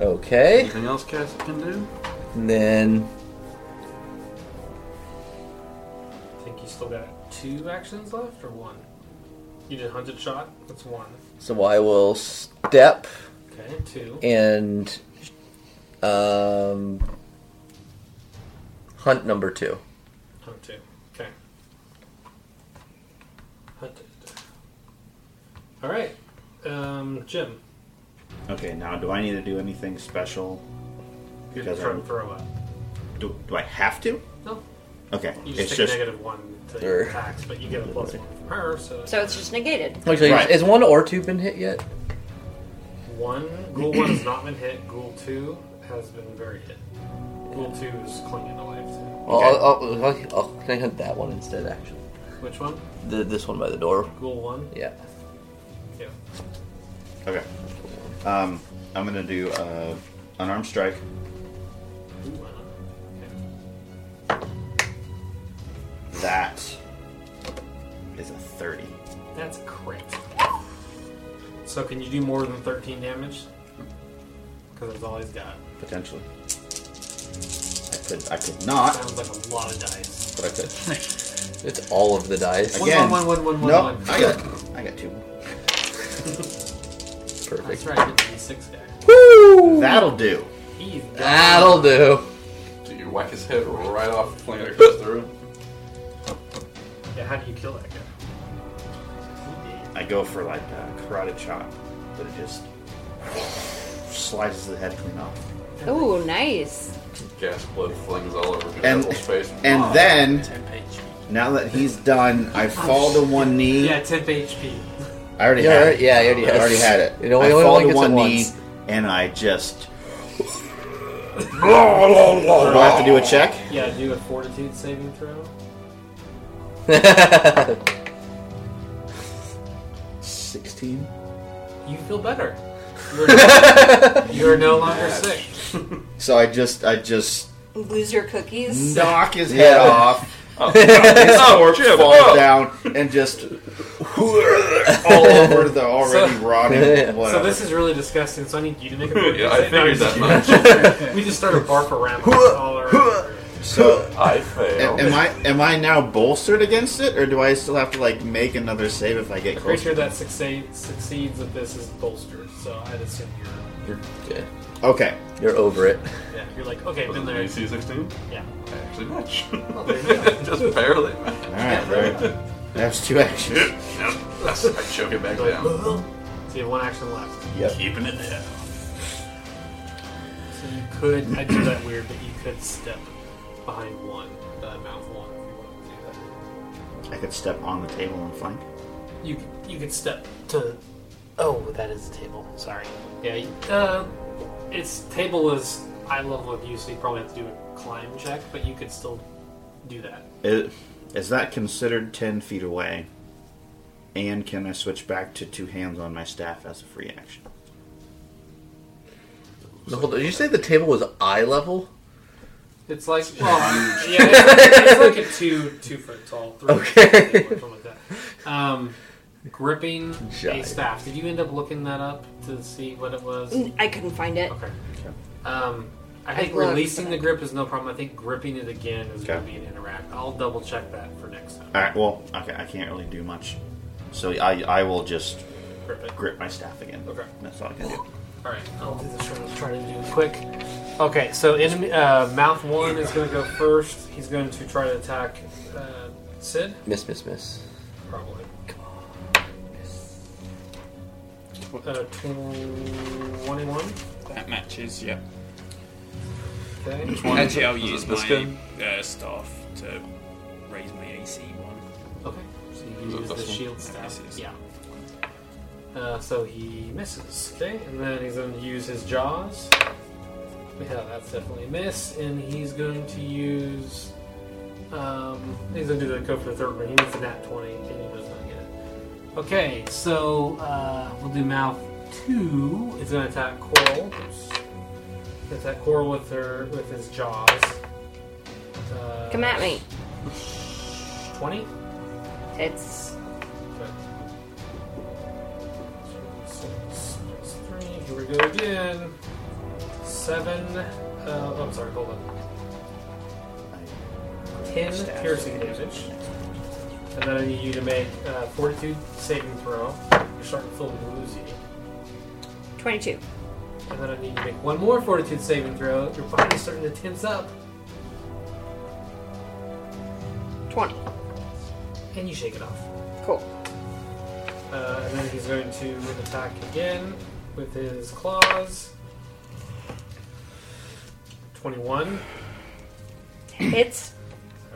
okay,
Anything else Cassick can do?
and then
I think you still got two actions left, or one? You did hunted shot. That's one.
so I will step
Okay, two.
and um hunt number two.
Hunt two. Okay. Hunted. All right, um, Jim.
Okay, now do I need to do anything special?
You're gonna
Because
try
I'm-
to throw up.
Do, do I have to?
No,
Okay,
you just
it's
take
just er.
negative one to
Sure.
your attacks, but you get a plus one from her, so,
So it's just negated.
Actually,
Right.
has one or two been hit yet?
one. Ghoul one has not been hit. Ghoul two has been very hit. Ghoul two is clinging to life too.
Well,
Okay.
I'll, I'll, I'll, I'll, can I hunt that one instead? Actually,
Which one?
the, this one by the door.
Ghoul one.
Yeah.
Yeah.
okay. Um, I'm gonna do uh, unarmed strike.
Ooh, why not? Okay.
That is a thirty.
That's a crit. So can you do more than 13 damage? Because that's all he's got.
Potentially. I could. I could not,
Sounds like a lot of dice.
but I could.
*laughs*
It's all of the dice.
One,
Again.
one, one, one, one,
Nope.
one, one.
I got. I got two.
That's
Perfect.
right, it's the six guy.
Woo!
That'll do.
He's got
That'll do.
Do you whack his head right off, fling it across the room?
Yeah, how do you kill that guy? He did.
I go for like a karate chop, but it just slices the head clean off.
Ooh, nice.
Gas blood flings all over
And-
Devil's face.
*laughs* And
Oh.
Wow.
then,
10 page.
now that he's done, I fall to one knee.
Yeah, 10 HP.
I already
Yeah,
had
already-
it.
yeah, he already
I
has
already
it.
had it.
It only-
I
only
fall
one
to
gets it
one knee,
once.
and I
*laughs*
just. Do I have to do a check?
Yeah, do a fortitude saving throw.
*laughs*
Sixteen.
You feel better. You're no, you're no *laughs* longer sick.
So I just, I just
Lose your cookies.
knock his head off.
Oh,
His corpse falls down and just *laughs* all over the already
So-
rotting.
So
whatever.
this is really disgusting, so I need you to make a
*laughs* Yeah, I figured
fortitude saving
that
throw.
much.
*laughs* We just started barf around all around.
so
I failed.
Am I am I now bolstered against it, or do I still have to like make another save if I get
Pretty
closer?
sure that succeed, succeeds if this is bolstered, so I'd assume you're
Yeah,
Okay,
You're over it.
yeah, you're like, okay,
Was it
been there.
AC 16?
Yeah.
Actually, much.
*laughs* there
*laughs*
you *laughs*
Just barely. matched.
all right, very That's two actions.
That's, I choke it back down.
So you have one action left.
Yep.
Keeping it down.
So you could. I do that weird, but you could step behind one, uh, mouth one, if you wanted to do that.
I could step on the table and flank.
You you could step to. Oh, that is the table. Sorry. Yeah. you- Uh, its table is eye level with you, so you probably have to do a climb check, but you could still do that.
Is, is that considered 10 feet away? And can I switch back to two hands on my staff as a free action?
No, hold on. Did you say the table was eye level?
It's like well, *laughs* yeah, it's, it's like a two two foot tall, three
Okay.
foot table or something like that. Um, gripping a
Giant.
staff. Did you end up looking that up to see what it was?
I couldn't find it.
Okay. Um, I
I
think
looked,
releasing
but-
the grip is no problem. I think gripping it again is going to
Okay.
be an interact. I'll double check that for next time.
Alright, well, okay, I can't really do much. So I, I will just
Grip it.
grip my staff again.
Okay.
That's all I can do.
All right, I'll do this. I'll try to do it quick. Okay, so enemy uh, mouth one is going to go first. He's going to try to attack uh, Sid,
Miss, miss, miss.
probably. Uh, twenty-one.
That matches, yeah.
Okay.
One,
Actually, I'll
is it
use
this
my uh, staff to raise my AC one.
Okay. So
Is
you
it
use the
this one?
shield
That
staff.
misses.
Yeah. Uh, so he misses. Okay, and then he's going to use his jaws. Yeah, that's definitely a miss. And he's going to use. Um, he's going to do the go for the third one. He needs a nat 20, and he does not get it. Okay, so uh, we'll do mouth two. It's going to attack Coral. Oops. Gonna Attack Coral with her with his jaws. Uh,
Come at me.
20?
It's
Six, plus three. Here we go again. Seven. Uh, oh, I'm sorry. Hold on. Ten
Staff.
piercing damage, and then I need you to make uh, fortitude saving throw. You're starting to feel woozy,
22.
and then I need you to make one more fortitude saving throw. Your body's starting to tense up,
20.
and you shake it off.
Cool.
Uh, and then he's going to attack again with his claws. Twenty-one.
It's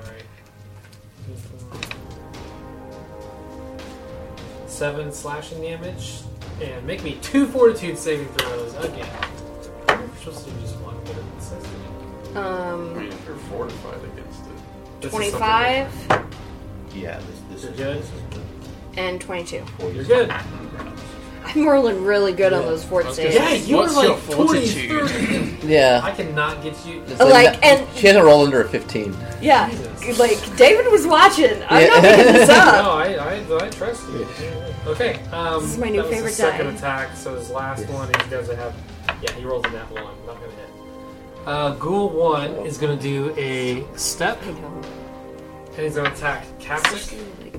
Alright. Seven slashing damage. And make me two fortitude saving throws again. I'm supposed to do just one, but it says
I
um
mean, if you're fortified against it.
This is
25
Yeah, this, this
You're
is.
good?
This is the
and 22.
something- You're good.
I'm rolling really good on those fort saves.
Yeah, you
What's
were
your
like 20,
fortitude?
30. I
Yeah.
cannot get you.
It's
Like,
that-
and-
she hasn't rolled under a fifteen.
Yeah,
Jesus.
like David was watching. I'm not
Yeah.
making this
No, *laughs*
up. *laughs*
I, I, I trust you. Okay. Um,
This is my new
that was
favorite
his second
die.
attack, so his last one, he doesn't have. Yeah, he rolled in that one. Not gonna hit. Uh, Ghoul one is gonna do a step,
I
and
know.
he's gonna attack Kasik.
Like,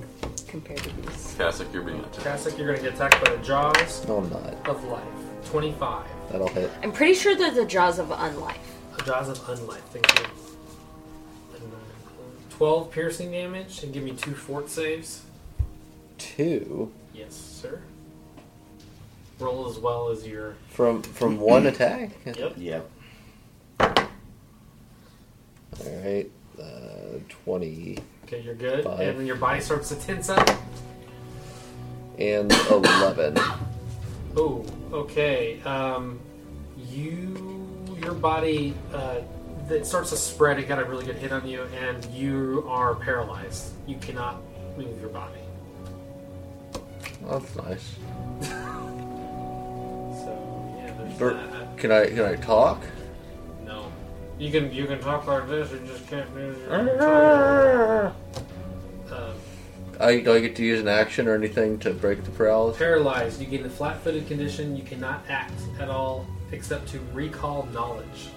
compared to these.
Cassock, you're being attacked.
Kasik, you're gonna get attacked by the Jaws
No, I'm not.
of Life. Twenty-five.
That'll hit.
I'm pretty sure they're the jaws of unlife.
The Jaws of Unlife. Thank you. uh, Twelve piercing damage, and give me two fort saves.
Two
Yes, sir. Roll as well as your
from from *clears throat* one attack.
Yep.
yeah.
All right. Uh, Twenty
Okay, you're good.
Five.
And then your body starts to tense up.
and eleven.
Oh, okay. Um, you, your body, uh, it starts to spread. It got a really good hit on you, and you are paralyzed. You cannot move your body.
That's nice.
So yeah, there's
Bert-
that.
Can I can I
*laughs*
talk?
No, you can you can talk like this. You just can't move
Ah.
your. Um,
I do I get to use an action or anything to break the paralysis?
paralyzed. You gain the flat-footed condition. You cannot act at all except to recall knowledge.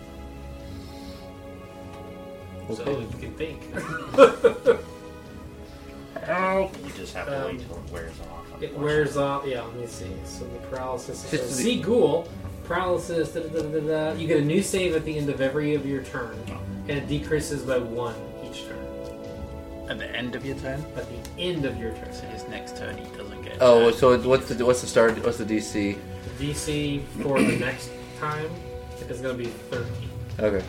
So
Okay.
you can think.
*laughs*
You just have to
Um,
wait till it wears
*laughs*
off.
It wears off. Yeah, let me see. So the paralysis. So
Just the-
see ghoul paralysis. Da, da, da, da, da. You get a new save at the end of every of your turn, and it decreases by one each turn.
At the end of your turn?
at the end of your turn.
So his next turn he doesn't get.
Oh,
that.
so it- what's the what's the start? What's the DC?
DC for the next time is going to be 13.
Okay.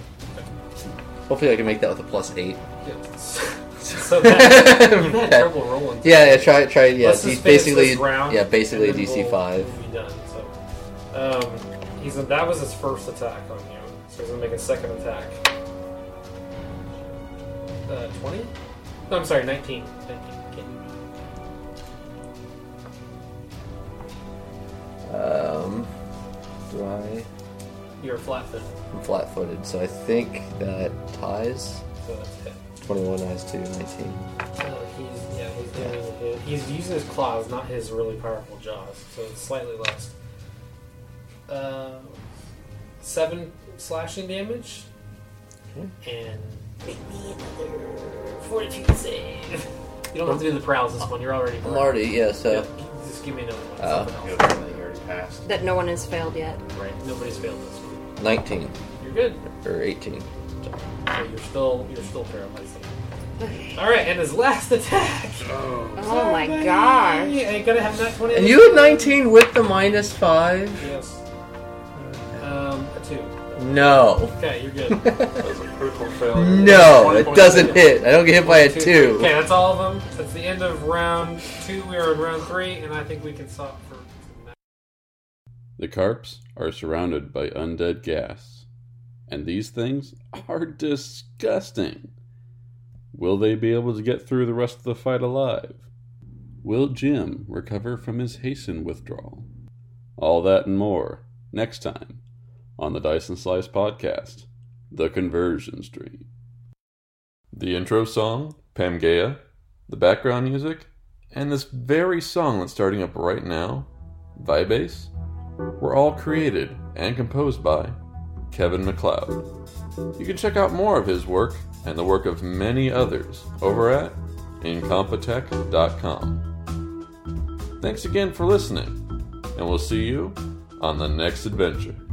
Hopefully, I can make that with a plus eight.
Yeah. *laughs* So that, you've had trouble rolling.
Yeah, yeah. Try, try. Yeah,
Let's
D-
just finish
basically,
this round,
yeah, basically
and then
DC
we'll-
five.
we'll be done. So, um, he's that was his first attack on you. So he's gonna make a second attack. Uh, Twenty? No, I'm sorry, nineteen. Nineteen. Okay.
Um, do I?
You're flat-footed,
I'm flat-footed, so I think that ties.
so that's hit.
Twenty-one eyes to nineteen.
Uh, he's yeah, he's doing a hit. He's using his claws, not his really powerful jaws, so it's slightly less. Uh, seven slashing damage, and make me another fortitude save. You don't have to do the prowls this one. You're already.
I'm already yeah.
Yeah,
So
just give me another one.
Uh,
something
You
else.
already passed.
That no one has failed yet.
Right, nobody's failed this one.
nineteen
You're good.
or eighteen.
So you're still you're still paralyzed. All right, and his last attack.
Oh my gosh.
Hey, Are gonna have that twenty?
And you had nineteen with the minus five.
Yes. Um, a two.
No,
Okay, you're good.
That's a critical failure.
no,
20
it
points
doesn't
of
hit. I don't get hit by a
Two.
*laughs* two.
Okay, that's all of them. That's the end of round two. We are in round three, and I think we can stop for.
The carps are surrounded by undead gas, and these things *laughs* are disgusting. Will they be able to get through the rest of the fight alive? Will Jim recover from his hasten withdrawal? All that and more next time on the Dice and Slice podcast, The Conversion Stream. The intro song, Pamgea, the background music, and this very song that's starting up right now, Vibase, were all created and composed by Kevin McLeod. You can check out more of his work and the work of many others over at Incompetech.com. Thanks again for listening, and we'll see you on the next adventure.